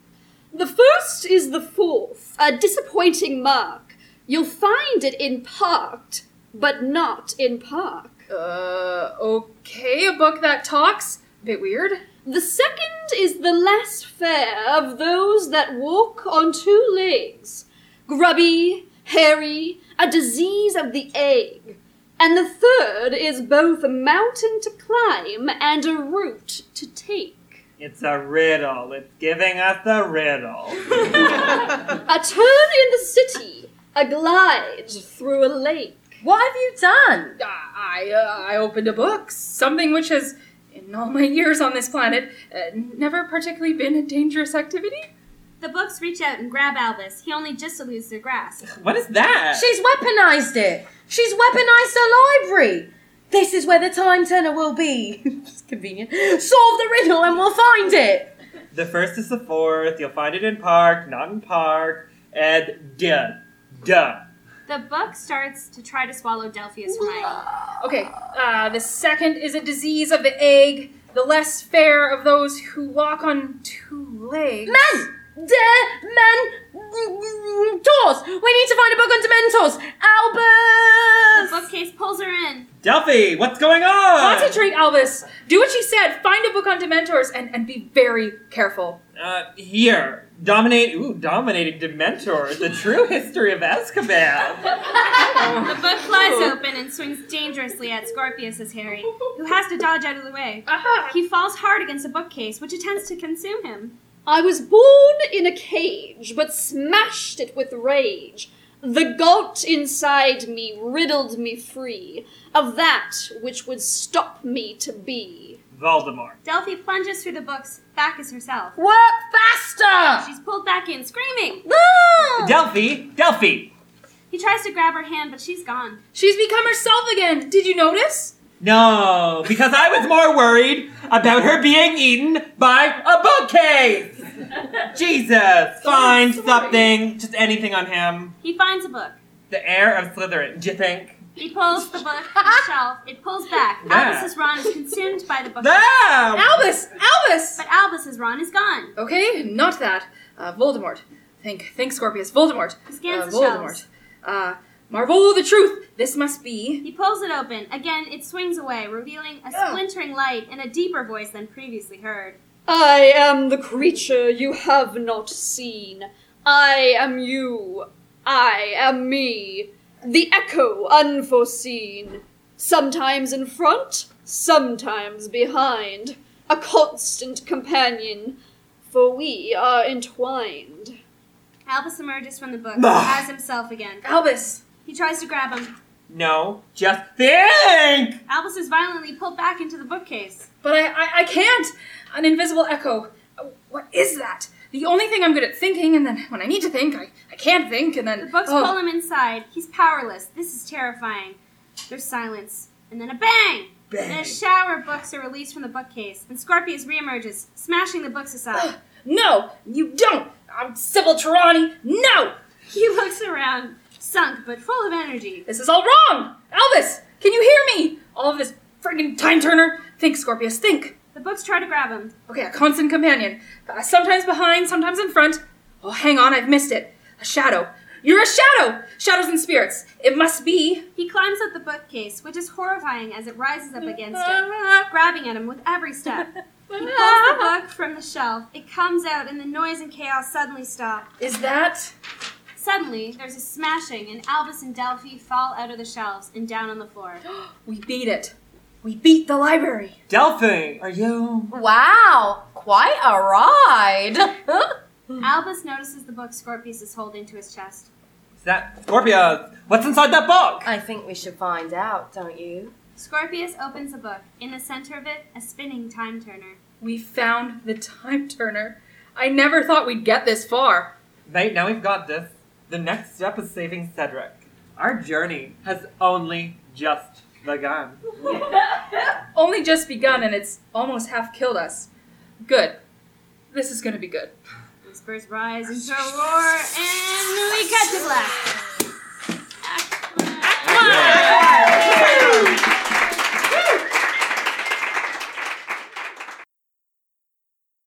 S6: The first is the fourth, a disappointing mark. You'll find it in parked, but not in park.
S8: Uh, okay, a book that talks. Bit weird.
S6: The second is the less fair of those that walk on two legs. Grubby, hairy, a disease of the egg. And the third is both a mountain to climb and a route to take.
S12: It's a riddle. It's giving us a riddle.
S6: A turn in the city, a glide through a lake.
S5: What have you done?
S8: I uh, I opened a book, something which has, in all my years on this planet, uh, never particularly been a dangerous activity.
S2: The books reach out and grab Albus. He only just eludes their grasp.
S12: What is that?
S5: She's weaponized it. She's weaponized her library. This is where the time turner will be. it's convenient. Solve the riddle and we'll find it.
S12: The first is the fourth. You'll find it in park, not in park. And duh, duh.
S2: The book starts to try to swallow Delphius Hermione.
S8: Okay, uh, the second is a disease of the egg, the less fair of those who walk on two legs.
S5: Men! Dementors! We need to find a book on Dementors! Albus!
S2: The bookcase pulls her in.
S12: Delphi, what's going on?
S8: Concentrate, Albus. Do what she said. Find a book on Dementors and, and be very careful.
S12: Uh, here. Dominate. Ooh, dominating Dementor. The true history of Azkaban.
S2: The book flies open and swings dangerously at Scorpius's Harry, who has to dodge out of the way.
S8: Uh-huh.
S2: He falls hard against a bookcase, which attempts to consume him.
S6: I was born in a cage, but smashed it with rage. The gout inside me riddled me free of that which would stop me to be.
S12: Voldemort.
S2: Delphi plunges through the books, back as herself.
S5: Work faster!
S2: She's pulled back in, screaming.
S12: Delphi, Delphi.
S2: He tries to grab her hand, but she's gone.
S8: She's become herself again. Did you notice?
S12: No, because I was more worried about her being eaten by a bookcase. Jesus, find something, just anything on him.
S2: He finds a book.
S12: The heir of Slytherin. Do you think?
S2: He pulls the book from the shelf. It pulls back.
S12: Yeah.
S2: Albus's Ron is consumed by the book.
S12: Damn!
S8: Albus! Albus!
S2: But Albus's Ron is gone.
S8: Okay, not that. Uh, Voldemort. Think, think, Scorpius. Voldemort.
S2: scans
S8: uh,
S2: the
S8: Voldemort.
S2: shelves.
S8: Uh, Marvolo the truth. This must be.
S2: He pulls it open. Again, it swings away, revealing a splintering light and a deeper voice than previously heard.
S6: I am the creature you have not seen. I am you. I am me. The echo unforeseen. Sometimes in front, sometimes behind. A constant companion, for we are entwined.
S2: Albus emerges from the book
S12: Bah.
S2: as himself again.
S8: Albus!
S2: He tries to grab him.
S12: No, just think.
S2: Albus is violently pulled back into the bookcase.
S8: But I, I, I can't! An invisible echo. Uh, What is that? The only thing I'm good at thinking, and then when I need to think, I, I can't think, and then.
S2: The books
S8: oh.
S2: pull him inside. He's powerless. This is terrifying. There's silence. And then a bang!
S8: Bang.
S2: And a shower of books are released from the bookcase, and Scorpius reemerges, smashing the books aside.
S8: No! You don't! I'm Sybil Trelawney! No!
S2: he looks around, sunk but full of energy.
S8: This is all wrong! Albus! Can you hear me? All of this friggin' time turner! Think, Scorpius, think!
S2: The books try to grab him.
S8: Okay, a constant companion. Uh, sometimes behind, sometimes in front. Oh, hang on, I've missed it. A shadow. You're a shadow! Shadows and spirits. It must be.
S2: He climbs up the bookcase, which is horrifying as it rises up against it, grabbing at him with every step. He pulls the book from the shelf. It comes out, and the noise and chaos suddenly stop.
S8: Is that.
S2: Suddenly, there's a smashing, and Albus and Delphi fall out of the shelves and down on the floor.
S8: We beat it. We beat the library.
S12: Delphi, are you?
S5: Wow, quite a ride.
S2: Albus notices the book Scorpius is holding to his chest.
S12: Is that Scorpio? What's inside that book?
S5: I think we should find out, don't you?
S2: Scorpius opens the book. In the center of it, a spinning time turner.
S8: We found the time turner. I never thought we'd get this far.
S12: Mate, now we've got this. The next step is saving Cedric. Our journey has only just begun.
S8: Only just begun, and it's almost half killed us. Good. This is gonna be good.
S2: Whispers rise into a roar, and we cut to black.